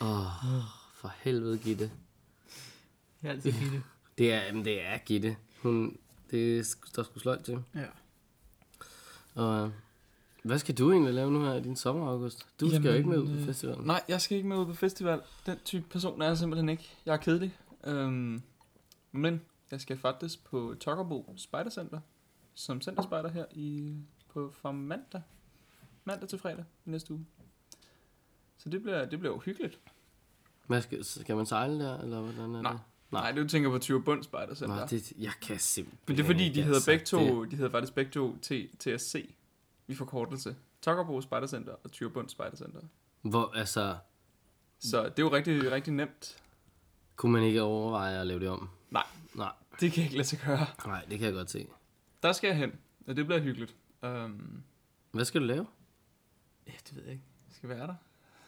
Åh, oh, for helvede, Gitte.
Jeg er altid sige det.
Det er, jamen, det er Gitte. Hun, det er sk- der skulle sløjt til.
Ja.
Og øh, hvad skal du egentlig lave nu her i din sommer, August? Du jamen, skal jo
Jamen,
ikke med ud på
øh,
festivalen.
Nej, jeg skal ikke med ud på festival. Den type person er jeg simpelthen ikke. Jeg er kedelig. Øhm, men jeg skal faktisk på Tokkerbo Spejdercenter, som centerspejder her i, på, fra mandag. Mandag til fredag i næste uge. Så det bliver, det bliver uhyggeligt.
Hvad skal, skal man sejle der, eller hvordan er
Nej.
det?
Nej, Nej du tænker på 20 Bund Spejdercenter.
Nej, det, jeg kan simpelthen
Men det er fordi,
ikke,
de hedder,
altså.
begge
Det-
to, de hedder faktisk begge to til, til at se i forkortelse. Tokkerbo Spejdercenter og Tyrebund Spejdercenter.
Hvor, altså,
Så det er jo rigtig, rigtig nemt.
kunne man ikke overveje at lave det om?
Nej.
Nej,
Det kan jeg ikke lade sig gøre.
nej, det kan jeg godt se.
Der skal jeg hen, og det bliver hyggeligt. Um,
Hvad skal du lave?
ja, det ved jeg ikke. Jeg skal være der.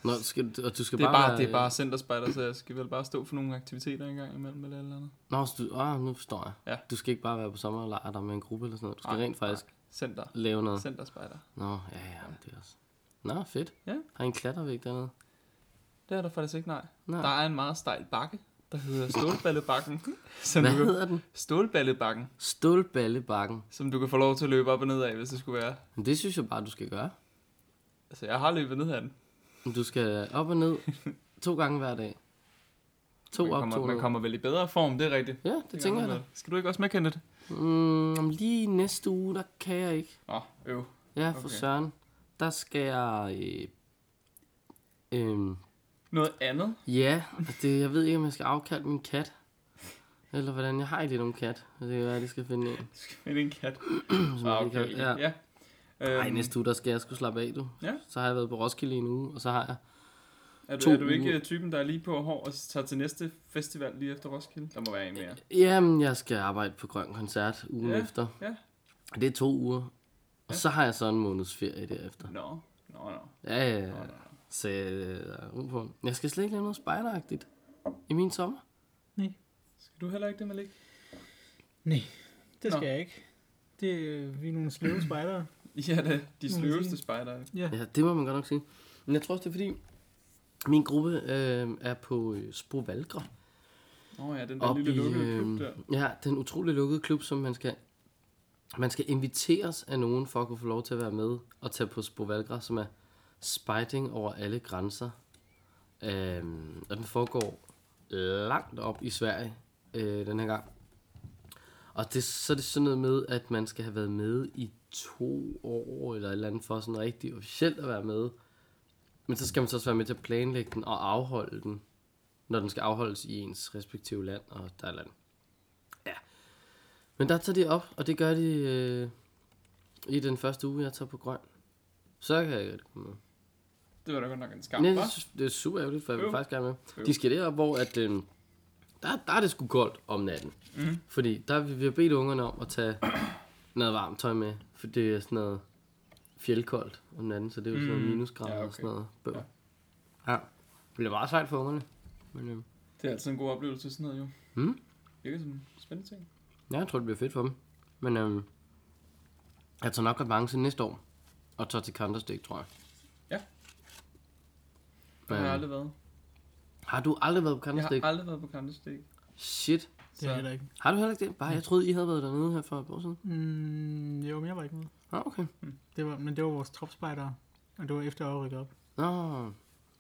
Nå, skal, du- og du skal
Det er
bare...
bare, det er
øh,
bare centerspejder, så jeg skal vel bare stå for nogle aktiviteter en gang imellem eller et eller andet.
Nå, så du, ah, nu forstår jeg.
Ja.
Du skal ikke bare være på sommerlejr der med en gruppe eller sådan noget. Du skal
Nej,
rent faktisk
Center.
lave noget.
Centerspejder.
Nå, ja, ja, men det er også... Nå, fedt.
Ja.
Har I en klattervæg dernede?
Det er der faktisk ikke, nej.
Nej.
Der er en meget stejl bakke, der hedder Stålballebakken. som
Hvad
du kan,
hedder den?
Stålballebakken,
Stålballebakken.
som du kan få lov til at løbe op og ned af, hvis det skulle være.
Men det synes jeg bare, du skal gøre.
Altså, jeg har løbet ned ad den.
Du skal op og ned to gange hver dag. To
man,
op,
kommer,
to
man
ned.
kommer vel i bedre form, det er rigtigt.
Ja, det, det tænker jeg da.
da. Skal du ikke også med, Kenneth?
Mm, om lige næste uge, der kan jeg ikke.
Nå, øv.
Ja, for
Okay.
søren. Der skal jeg... Øh, øh,
Noget andet?
ja, det, jeg ved ikke, om jeg skal afkalde min kat. Eller hvordan jeg har ikke lidt om kat. Det er, jeg lige skal finde en.
Men en kat.
som
Ah,
jeg lige
okay.
kan-
Ja.
Ja.
ja. Øhm,
Ej, næste uge, der skal jeg sgu slappe af, du.
Ja.
Så har jeg været på Roskilde i en uge, og så har jeg...
Er du,
To
er du ikke
uger.
øh, typen, der er lige på hård og tager til næste festival lige efter Roskilde? Der må være en mere.
Jamen, jeg skal arbejde på Grøn Koncert ugen
Ja,
efter.
ja.
Det er to uger.
Ja.
Og så har jeg så en måneds ferie derefter.
Nå, nå, nå.
Ja, ja, ja.
nå, nå.
Så øh, ud på. Jeg skal slet ikke lave noget spejderagtigt i min sommer.
Skal du heller ikke det, Malik?
Nej, det
Nå.
skal jeg ikke. Det, øh, vi er nogle sløve spejdere.
Ja, det er de
Må man
sløveste
sige.
spejdere.
Ja.
Ja, det må man godt nok sige. Men jeg tror også, det er fordi, Min gruppe øh, er på øh, Sprovalgre.
Åh oh, ja, den der
op
lille
i,
lukkede klub
øh,
der.
ja, den utrolig lukkede klub, som man skal, man skal inviteres af nogen for at kunne få lov til at være med og tage på Spovalgra, som er spejting over alle grænser. Øhm, og den foregår langt op i Sverige øh, den her gang. Og det, så er det sådan noget med, at man skal have været med i to år eller et eller andet for sådan rigtig officielt at være med. Men så skal man så også være med til at planlægge den og afholde den når den skal afholdes i ens respektive land, og der er land. Ja. Men der tager de op, og det gør de øh, i den første uge, jeg tager på grøn. Så kan jeg ikke rigtig komme med.
Det var da godt nok en skam,
Men
hva'?
jeg synes, det er super ærgerligt, for jeg vil
Øv.
faktisk gerne med.
Øv.
De skal derop, hvor at, øh, der, der er det sgu koldt om natten. Mm. Fordi der vi, vi har bedt ungerne om at tage noget varmt tøj med, for det er sådan noget fjeldkoldt om natten, så det er jo sådan noget
Mm.
minusgrader
Ja,
ja, okay.
okay.
og sådan noget. Bøv.
Ja.
Ja. Det bliver meget sejt for ungerne. Men, øh,
Det er altid en god oplevelse, sådan noget jo.
Mm.
Virkelig som en spændende ting.
Ja, jeg tror, det bliver fedt for dem. Men øhm, jeg tager nok revanche næste år. Og tager til Counter-Strike, tror jeg.
Det har jeg
Ja.
aldrig været.
Har du aldrig været på
Jeg
Counter-Strike?
har aldrig været på Counter-Strike.
Shit.
Det er jeg heller ikke.
Har du heller ikke det? Bare, jeg troede, I havde været dernede her for et år siden.
Mm, jo, men jeg var ikke med.
Ah, okay.
Det var, men det var vores tropspejdere, og det var efter at rykke op.
Nå.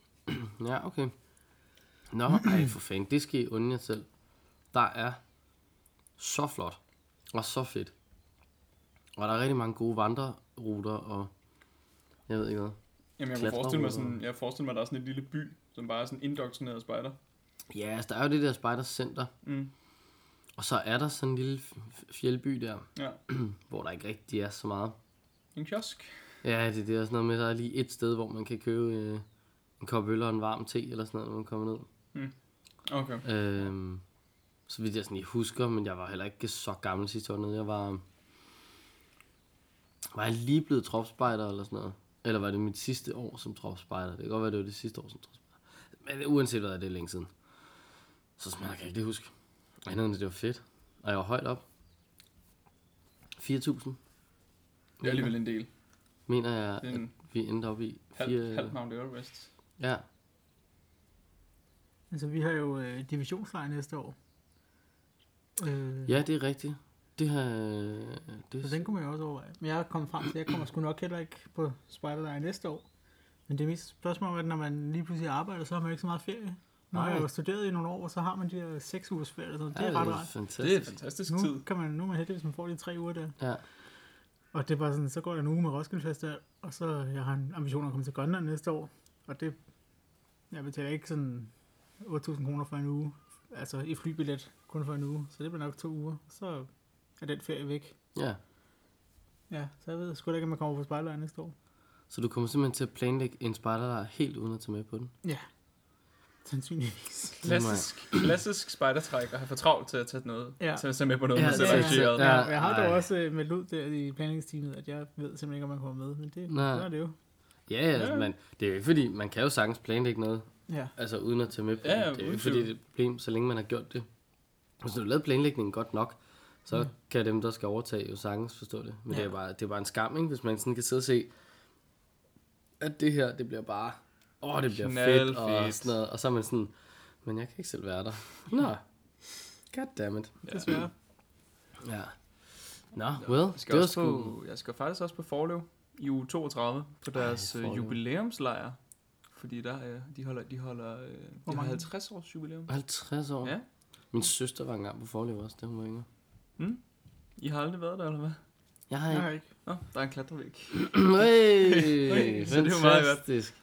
ja, okay. Nå, ej for fanden. Det skal I unde jer selv. Der er så flot. Og så fedt. Og der er rigtig mange gode vandreruter og... Jeg ved ikke hvad.
Jamen, jeg kunne
Klatrer-
forestille mig, sådan, jeg forestiller mig, at der er sådan en lille by, som bare er sådan indoktrineret spejder.
Ja, altså, der er jo det der spejdercenter.
Mm.
Og så er der sådan en lille f- f- fjeldby der,
Ja.
hvor der ikke rigtig er så meget.
En kiosk.
Ja, det, det er sådan noget med, at der er lige et sted, hvor man kan købe øh, en kop øl og en varm te eller sådan noget, når man kommer ned.
Okay.
Øhm, så vidt jeg sådan lige husker, men jeg var heller ikke så gammel sidste år nede. Jeg var, var jeg lige blevet tropspejder eller sådan noget. Eller var det mit sidste år som tropspejder? Det kan godt være, det var det sidste år som tropspejder. Men uanset hvad, det er længe siden. Så smager kan jeg ikke lige huske. Andet end, at det var fedt. Og jeg var højt op. 4.000,
Det er alligevel en del.
mener jeg,
Det er en
at vi endte op i.
halv, halv Mount Everest.
ja,
Altså, vi har jo øh, divisionslejr næste år. Øh,
ja, det er rigtigt. Det har... Det,
Så den kunne man jo også overveje. Men jeg er kommet frem til, at jeg kommer sgu nok heller ikke på spejderlejr næste år. Men det er mest et spørgsmål om, at når man lige pludselig arbejder, så har man jo ikke så meget ferie. Nu har
Nej.
jeg jo studeret i nogle år, og så har man de her seks ugers ferie. Eller sådan. noget. Det er
ja,
ret
det
rart.
fantastisk.
Det er en fantastisk tid.
Nu, kan man, nu er man heldig, hvis man får de tre uger der.
Ja.
Og det er bare sådan, så går der en uge med Roskilde Festival, og så jeg har en ambition om at komme til Grønland næste år. Og det, jeg betaler ikke sådan 8.000 kroner for en uge, altså i flybillet kun for en uge, så det bliver nok to uger. Så er den ferie væk.
ja.
Ja, så jeg ved sgu da ikke, om jeg kommer på spejlejren næste år.
Så du kommer simpelthen til at planlægge en spejderlejr helt uden at tage med på den?
Ja, sandsynligvis.
Klassisk, klassisk spejdertræk at have for travlt til at tage noget,
Ja.
ja. til at tage med på noget,
Ja,
man selv
ja,
har
ja.
arrangeret.
Ja.
Ja, og jeg har dog
ej.
også øh, meldt ud der i planlægningsteamet, at jeg ved simpelthen ikke, om jeg kommer med, men det
Nej.
sådan er det jo.
Ja, ja, altså, man, det er jo ikke fordi, man kan jo sagtens planlægge noget,
Ja.
altså uden at tage med på
Ja,
den.
ja,
Det er jo
uden
ikke fordi,
tvivl.
det er et problem, så længe man har gjort det. Hvis du har lavet planlægningen godt nok, så mm. kan dem, der skal overtage, jo sagtens forstå det. Men ja. det, er
Ja.
bare, det er bare en skam, ikke? hvis man sådan kan sidde og se, at det her, det bliver bare, åh, det bliver fedt, og
Knaldfedt.
sådan noget. Og så er man sådan, men jeg kan ikke selv være der. Nå, goddammit.
Desværre.
Ja. Nå, well,
Jeg skal,
det var
også
sgu...
på, jeg skal faktisk også på Forlev i uge 32 på deres Ej,
Forlev.
jubilæumslejr. Fordi der, øh, de holder, de holder øh, de har
mange?
50 års jubilæum.
50 år?
Ja.
Min søster var engang på forlev også, da hun var yngre.
I har aldrig været der, eller hvad?
Jeg har
Jeg har
ikke.
ikke.
Nå, der er en klatrevæg.
Hey,
Så det er jo meget godt.
fantastisk.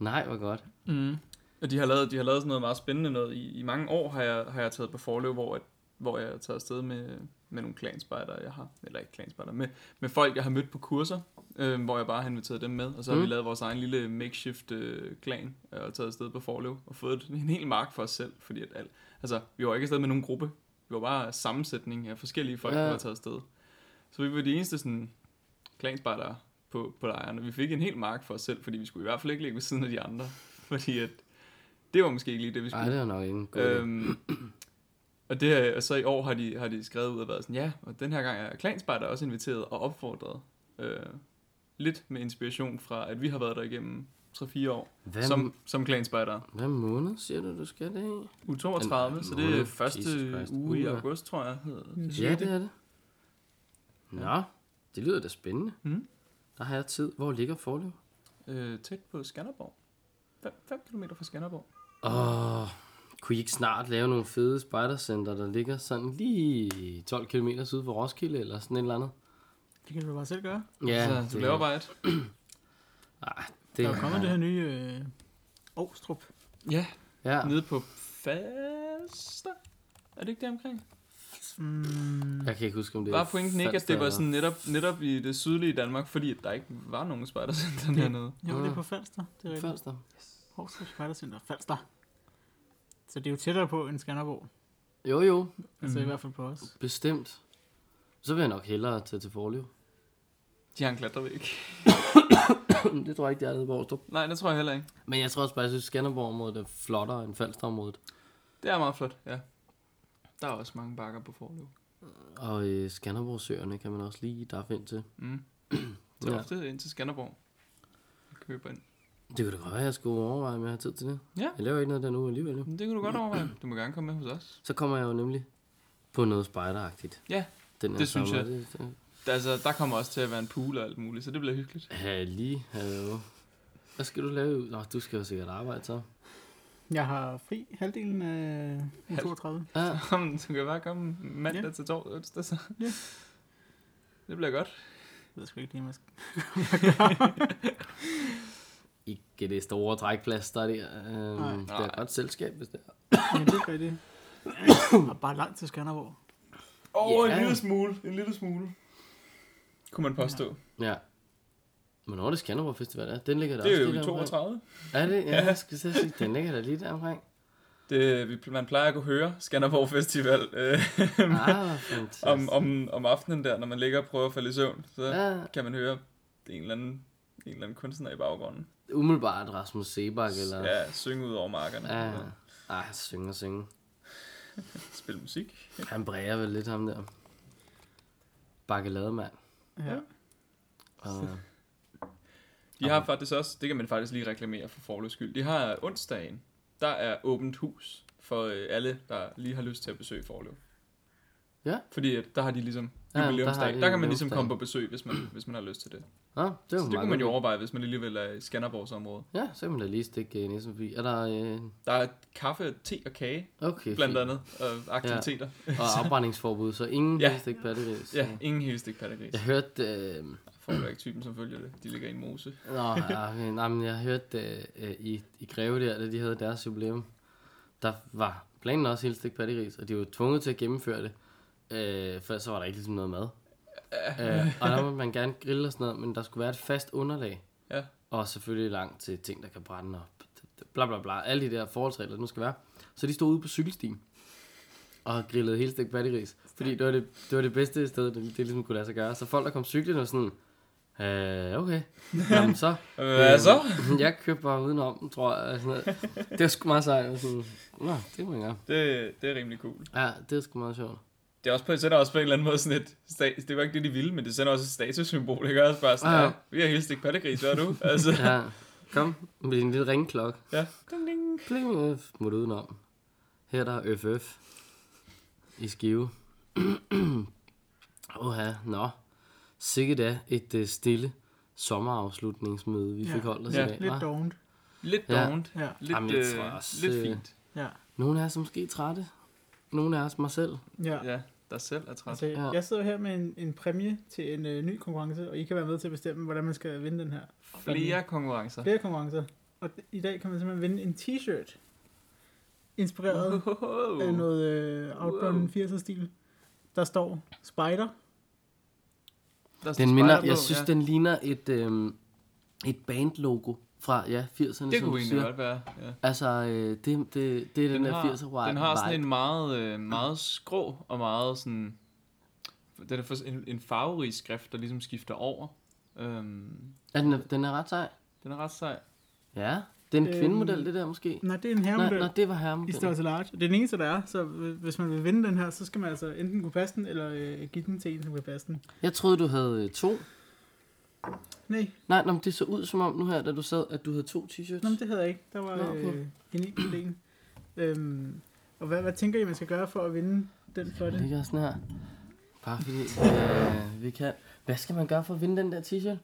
Nej, hvor godt.
Mm. Og de har, lavet, de har lavet sådan noget meget spændende noget. I, i mange år har jeg, har jeg taget på forløb, hvor, at, hvor jeg er taget afsted med, med nogle klanspejder, jeg har. Eller ikke klanspejder, med, med folk, jeg har mødt på kurser, øh, hvor jeg bare har inviteret dem med. Og så har
Mm.
vi lavet vores egen lille makeshift øh, klan øh, og taget afsted på forløb og fået en hel mark for os selv. Fordi at alt, altså, vi var ikke afsted med nogen gruppe. Vi var bare sammensætning af forskellige folk,
Ja.
ja. der var taget afsted. Så vi var de eneste sådan, klanspejder på, på lejren, og vi fik en hel mark for os selv, fordi vi skulle i hvert fald ikke ligge ved siden af de andre, fordi at, det var måske ikke lige det, vi
Nej, det
skulle.
var nok ikke en god idé.
øhm, og, det, her- og så i år har de, har de skrevet ud og været sådan, ja, og den her gang er klanspejder også inviteret og opfordret. Øh, lidt med inspiration fra, at vi har været der igennem 3-4 år,
Hvad,
som, som klanspejder.
hvad måned siger du, du skal det i?
U 32, så det
Nå,
er
Jesus
første
Christ.
uge i
Uha.
august, tror jeg. hedder det.
Ja, det er det. Nå, det lyder da spændende.
Mm.
Der har jeg tid. Hvor ligger Forlev?
Øh, tæt på Skanderborg. 5 km fra Skanderborg.
Åh, kunne I ikke snart lave nogle fede spejdercenter, der ligger sådan lige 12 km syd for Roskilde eller sådan et eller andet?
Det kan du bare selv gøre.
Ja, så Altså, du laver bare et.
Ah,
Der
det,
er jo kommet det her nye øh, Åstrup.
Ja,
Ja,
nede på Falster. Er det ikke det omkring?
Mm,
jeg kan ikke huske, om det
Var pointen ikke, at det var
Falster
sådan netop, netop i det sydlige Danmark, fordi at der ikke var nogen spejdercenter
Ja.
dernede?
jo, det er
Ah.
på Falster. Det
eller-
er rigtigt.
Falster.
Åstrup Spejdercenter. Falster. Så det er jo tættere på end Skanderborg.
Jo, jo,
Altså
Mm.
i hvert fald på os.
bestemt. Så vil jeg nok hellere tage til Forlev.
De har en klatrevæg.
det tror jeg ikke, det er nede i Borgstrup.
Nej, det tror jeg heller ikke.
Men jeg tror også bare, at Skanderborg-området er flottere end Falster-området.
Det er meget flot, ja. Der er også mange bakker på Forløb.
Og øh, Skanderborg-søerne kan man også lige daffe ind til.
Mm. Så
Ja.
ja. ofte ind til Skanderborg. Jeg køber ind.
Det kunne da godt være, at jeg skulle overveje, om jeg har tid til det.
Ja.
Jeg laver ikke noget der nu alligevel. Jo.
Men det kunne du godt overveje. Du må gerne komme med hos os.
Så kommer jeg jo nemlig på noget spejderagtigt.
Ja,
Den her
det synes
sommer.
jeg.
Det, det,
Der, altså, der kommer også til at være en pool og alt muligt, så det bliver hyggeligt.
Halli, hallo. Hvad skal du lave? Nå, du skal jo sikkert arbejde så.
Jeg har fri halvdelen af uge
Halv.
32.
Ja,
Jamen, du kan bare komme mandag
Ja.
til torsdag onsdag, så. Det bliver godt.
Jeg ved sgu ikke lige, om jeg skal.
ikke det store trækplads, der er der.
Nej.
Øhm, det er
Nej.
et godt selskab, hvis det er.
Men det gør det. Og bare langt til Skanderborg.
Åh,
Ja.
smule. En lille smule. Kunne man påstå. Ja.
Ja. Hvornår er det Skanderborg Festival er? Den ligger der
Det
også
er jo
lige
i
deromkring.
32.
Er det? Ja, jeg skulle til at sige, den ligger der lige der omkring.
Det, vi, man plejer at kunne høre Skanderborg Festival øh,
Ah, fantastisk.
om, øh. om, om aftenen der, når man ligger og prøver at falde i søvn. Så ja.
Ja,
kan man høre en eller anden, en eller anden kunstner i baggrunden.
umiddelbart Rasmus Sebak eller...
Ja, synge ud over markerne.
Ja.
Ja.
Ah, synge og synge.
Spille musik.
Han bræger vel lidt ham der. Bakkelademand.
Ja.
Og,
De har faktisk også, det kan man faktisk lige reklamere for forløs skyld, de har onsdagen, der er åbent hus for øh, alle, der lige har lyst til at besøge forløb.
Ja.
Fordi at der har de ligesom
Ja, der har de
jubilæumsdag. der, kan man ligesom
jubilæumsdag.
komme på besøg, hvis man, hvis man har lyst til det.
Nå, det
Så
var
det kunne man jo
godt.
overveje, hvis man øh, alligevel er i Skanderborgs område.
Ja, så kan man da lige stikke øh, næsen forbi. Er der... Øh,
Der er kaffe, te og kage,
okay,
blandt
fint.
andet, og aktiviteter.
Og afbrændingsforbud, så ingen
Ja.
ja. stik pattegris.
Ja, ingen helstikpatteris.
Jeg hørte... Øh,
Forløb er ikke typen, som følger det. De ligger i en mose.
nå, ja, okay, nej, men jeg hørte øh, øh, i, i Greve der, da de havde deres jubilæum, der var planen også helt stik pattegris, og de var tvunget til at gennemføre det, øh, for så var der ikke ligesom noget mad. Øh, og der må man gerne grille og sådan noget, men der skulle være et fast underlag.
Ja.
Og selvfølgelig langt til ting, der kan brænde og bla bla bla. Alle de der forholdsregler, der nu skal være. Så de stod ude på cykelstien og grillede helt stik batteris. Fordi det var det, det var det bedste sted, det, det ligesom kunne lade sig gøre. Så folk, der kom cyklen og sådan, øh, okay. Jamen så.
Hvad så?
Øh, jeg køber bare udenom, tror jeg. og Sådan noget. Det var sgu meget sejt. og Sådan, Nå, det må jeg gøre.
Det, det er rimelig cool.
Ja, det er sgu meget sjovt.
det er også på, det sender også på en eller anden måde sådan et stat, det var ikke det, de ville, men det sender også et statussymbol, ikke? Også bare sådan,
Ja.
ja. ja vi har helt stik pattegris, hvad er du? altså,
Ja, kom med din lille ringklokke.
ja. Ding, ding.
Pling, F, må du udenom. Her er der FF i skive. Oha, nå. Sikkert er et uh, stille sommerafslutningsmøde, vi
Ja.
fik holdt os
Ja,
i dag.
Lidt
hva'?
dovent.
Lidt
Ja.
ja. dovent.
Ja.
Lidt,
Jamen, jeg tror
øh,
også,
lidt
øh,
fint.
Ja.
Nogle af os er måske trætte. Nogle af os mig selv.
ja.
Ja, der selv er træt.
Altså,
Ja.
jeg sidder her med en, en præmie til en øh, ny konkurrence, og I kan være med til at bestemme, hvordan man skal vinde den her.
Flere konkurrencer.
Flere konkurrencer. Og d- i dag kan man simpelthen vinde en t-shirt, inspireret af
Wow.
noget øh, Outbound
Wow.
80'er-stil. Der står Spider.
Der står
Den minder,
spejder
jeg
på,
synes,
ja.
den ligner et, øhm, et bandlogo fra ja, 80'erne.
Det
som
kunne
du
egentlig
siger.
godt være. Ja.
Altså, øh, det, det, det, er den,
Den,
der
har,
80'er vibe.
den har sådan en meget, øh, meget skrå og meget sådan... Den er for- en, en farverig skrift, der ligesom skifter over. Øhm,
Er den, er- den er ret sej.
den er ret sej.
Ja, det er en
Øhm,
kvindemodel, det der måske.
Nej, det er en
Nej,
herremodel.
nej, det var
I
herremodellen.
står til large. Det er den eneste, der er, så hv- hvis man vil vinde den her, så skal man altså enten kunne passe den, eller øh, give den til en, som kan passe den.
Jeg troede, du havde øh, to.
Nej,
Nej, nå, men det så ud som om nu her, da du sad, at du havde to t-shirts.
Nå, men det havde jeg ikke. Der var
Nå, okay.
øh, en enkelt en. Øhm, og hvad, hvad tænker I, man skal gøre for at vinde den flotte?
det ligger sådan her. Bare fordi øh, vi kan. Hvad skal man gøre for at vinde den der t-shirt?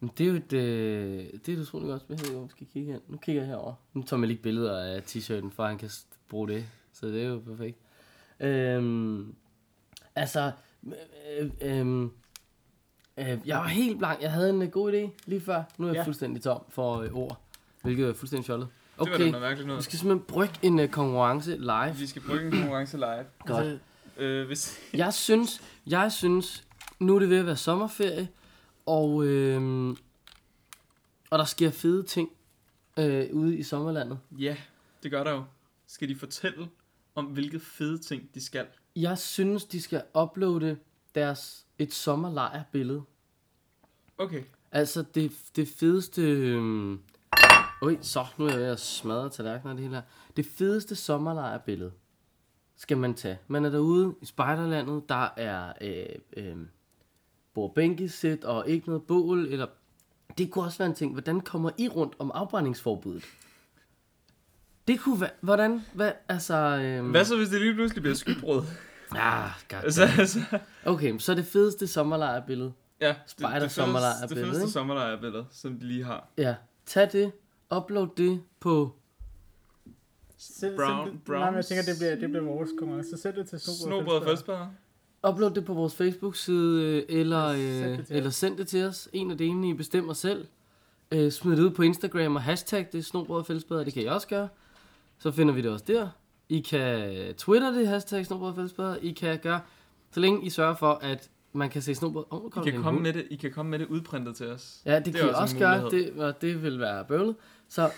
Men det er jo et, øh, det er et utroligt godt spørgsmål, hvor vi skal kigge hen. Nu kigger jeg herover. Nu tager man lige billeder af t-shirten, for han kan s- bruge det. Så det er jo perfekt. Øhm, altså, øh, øh, øh, jeg var helt blank. Jeg havde en øh, god idé lige før. Nu er jeg
Ja.
ja. fuldstændig tom for øh, ord, hvilket er fuldstændig fjollet.
Det var da
Okay,
noget mærkeligt
vi
noget.
skal simpelthen brygge en øh, konkurrence live.
Vi skal bruge en konkurrence live.
Godt.
Øh, hvis,
Jeg synes, jeg synes, nu er det ved at være sommerferie, og, øhm, og der sker fede ting øh, ude i sommerlandet.
ja, det gør der jo. Skal de fortælle om, hvilke fede ting de skal?
Jeg synes, de skal uploade deres et sommerlejrbillede.
Okay.
Altså det, det fedeste... Øhm, Oj, så nu er jeg ved at smadre tallerkener og det hele her. Det fedeste sommerlejrbillede skal man tage. Man er derude i spejderlandet, der er øh, øh, bordbænkesæt og ikke noget bål, eller det kunne også være en ting. Hvordan kommer I rundt om afbrændingsforbuddet? Det kunne være, hvordan, hvad, altså, øhm,
Hvad så, hvis det lige pludselig bliver skybrød?
Ah, god.
altså, altså,
Okay, så det fedeste sommerlejrbillede.
ja, det,
Spejder
det, fedeste- det
sommerlejrbillede,
fedeste
ikke?
sommerlejrbillede, som de lige har.
Ja, tag det, upload det på
Send-
Brown-
send det-
brown-
Nej, men jeg tænker, det bliver, det bliver vores konkurrence. Så send det til Snobrød.
Snobrød og fældsbader.
Upload det på vores Facebook-side, øh, eller,
Send
øh,
det til
eller
os.
send det til os. En af det ene, I bestemmer selv. Øh, smid det ud på Instagram og hashtag det snobrød og fællesbader. Det kan I også gøre. Så finder vi det også der. I kan twitter det, hashtag snobrød og fællesbader. I kan gøre, så længe I sørger for, at man kan se snobrød. Oh,
I kan, komme med det, I kan komme med det udprintet til os.
Ja, det,
Det
det
er
kan I
også en
også gøre,
mulighed.
det, og det vil være bøvlet. Så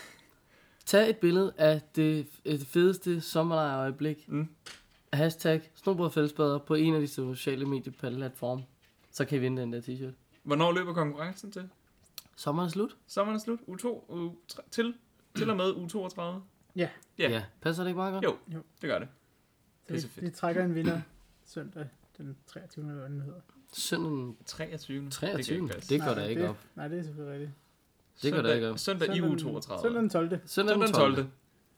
tag et billede af det, det fedeste sommerlejrøjeblik.
Mm.
Hashtag snobrødfællesbader på en af de sociale medieplatforme. Så kan I vinde den der t-shirt.
Hvornår løber konkurrencen til?
Sommeren er slut.
Sommeren er slut. U2, U3, til, til og med U32. Ja.
Passer det ikke meget godt?
Jo.
Jo.
Det gør det.
Så vi, vi trækker en vinder søndag den 23. eller hvad den hedder.
Søndag den
23.
23.
Det,
Det går
Nej,
da ikke
det-
op.
Nej, det er selvfølgelig rigtigt.
det går da ikke op.
Søndag, søndag i
den-
U32.
Søndag den 12.
Søndag
Søndag
den 12.
12.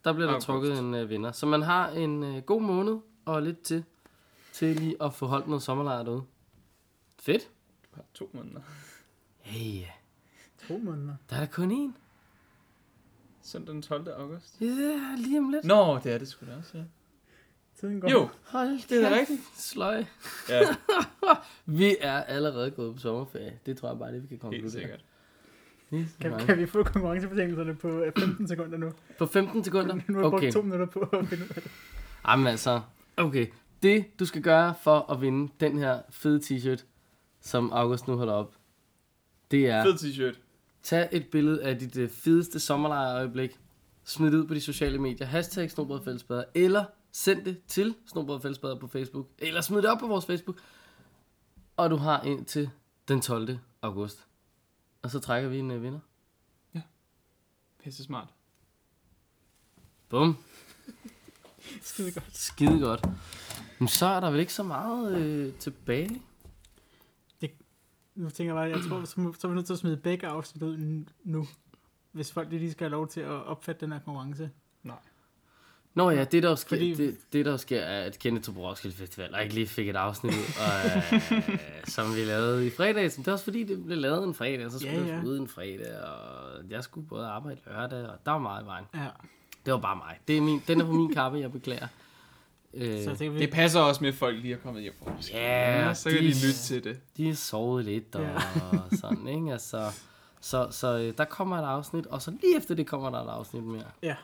Der bliver der
August.
trukket en øh, vinder. Så man har en øh, god måned og lidt til, til lige at få holdt noget sommerlejr derude. Fedt.
To måneder.
Hey,
To måneder.
der er der kun én.
Søndag den 12. august.
Ja, yeah, lige om lidt.
Nå, det er det sgu da også, ja.
Tiden går.
Jo,
Hold
det er da
kæft,
rigtigt.
Sløj.
Ja,
Vi er allerede gået på sommerferie. Det tror jeg bare, det vi kan komme
helt sikkert.
Kan, kan vi få konkurrencebetingelserne på øh, 15 sekunder nu?
På 15 sekunder?
Nu har jeg
Okay.
brugt to minutter på at finde ud af det.
Jamen altså, okay. Det, du skal gøre for at vinde den her fede t-shirt, som August nu holder op, det er...
Fed t-shirt.
Tag et billede af dit øh, fedeste sommerlejrøjeblik. Smid det ud på de sociale medier. Hashtag snobrødfællesbader. Eller send det til snobrødfællesbader på Facebook. Eller smid det op på vores Facebook. Og du har indtil den 12. august. Og så trækker vi en øh, vinder.
Pisse smart.
Bum.
Skide godt.
Skide godt. Men så er der vel ikke så meget øh, tilbage.
Nu tænker jeg bare, jeg tror, så, må- så er vi nødt til at smide begge afsnit ud n- nu. Hvis folk lige skal have lov til at opfatte den her konkurrence.
Nå ja, det der jo sker,
Fordi-
det, det, der jo sker er, at Kenneth tog på Roskilde Festival, og ikke lige fik et afsnit ud, og, øh, som vi lavede i fredags. Men det er også fordi, det blev lavet en fredag, og så skulle
Ja,
ja, ja.
ja.
det ud en fredag, og jeg skulle både arbejde lørdag, og der var meget i vejen.
Ja,
Det var bare mig. Det er min, den er på min kappe, jeg beklager. Øh,
så jeg tænker, vi,
Det passer også med, at folk lige er kommet hjem på Roskilde.
Ja,
så kan
de-
de lytte til det.
de er sovet lidt og
Ja.
sådan, ikke? Altså, så, så øh, der kommer et afsnit, og så lige efter det kommer der et afsnit mere.
Ja.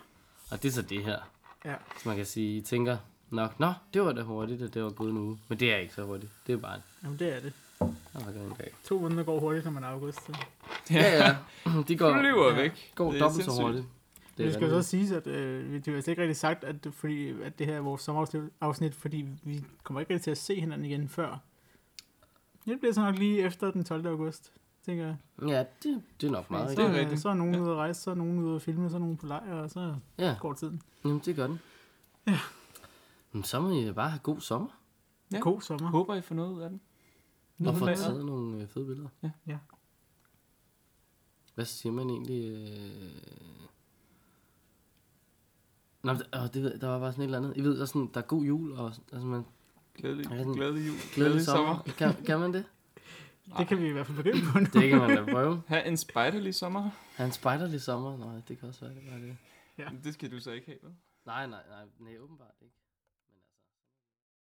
Og det er så det her.
Ja.
Så man kan sige, I tænker nok, nå, det var da hurtigt, og det var gået en uge. Men det er ikke så hurtigt. Det er bare en,
jamen, det er det.
der var gået en dag.
To måneder går hurtigt, når man er august. Så.
Ja, ja. De går,
Flyver
Ja.
væk.
går
Det er
dobbelt så
sindssygt.
hurtigt.
Det, det skal jo
vanvittigt.
så sige, at øh, det var slet ikke rigtig sagt, at, det- fordi, at det her er vores sommerafsnit, fordi vi kommer ikke rigtig til at se hinanden igen før. Det bliver så nok lige efter den 12. august, tænker jeg.
Ja, det, det er nok meget
så,
det er
rigtigt.
øh,
rigtigt.
så er nogen
Ja.
ude at rejse, så er nogen ude at filme, så er nogen på lejr, og så
Ja,
går tiden.
jamen, det gør den.
Ja.
Men så må I bare have god sommer,
Ja.
God sommer.
Håber, I får noget ud af den.
og få
Nydelig dag.
taget nogle øh, fede billeder. Hvad siger man egentlig? Øh... Nå, men, åh, det, ved jeg, der var bare sådan et eller andet. I ved, der er, sådan, der er god jul, og altså, man
Glædelig,
Ja, sådan-
glædelig jul.
glædelig sommer. Kan, kan man det?
Det kan vi i hvert fald begynde på nu.
Det kan man da prøve.
Ha' en spejderlig sommer.
Han en spejderlig sommer. Nej, det kan også være, det var det.
Det skal du så ikke have, vel?
Nej, nej, nej, nej åbenbart ikke.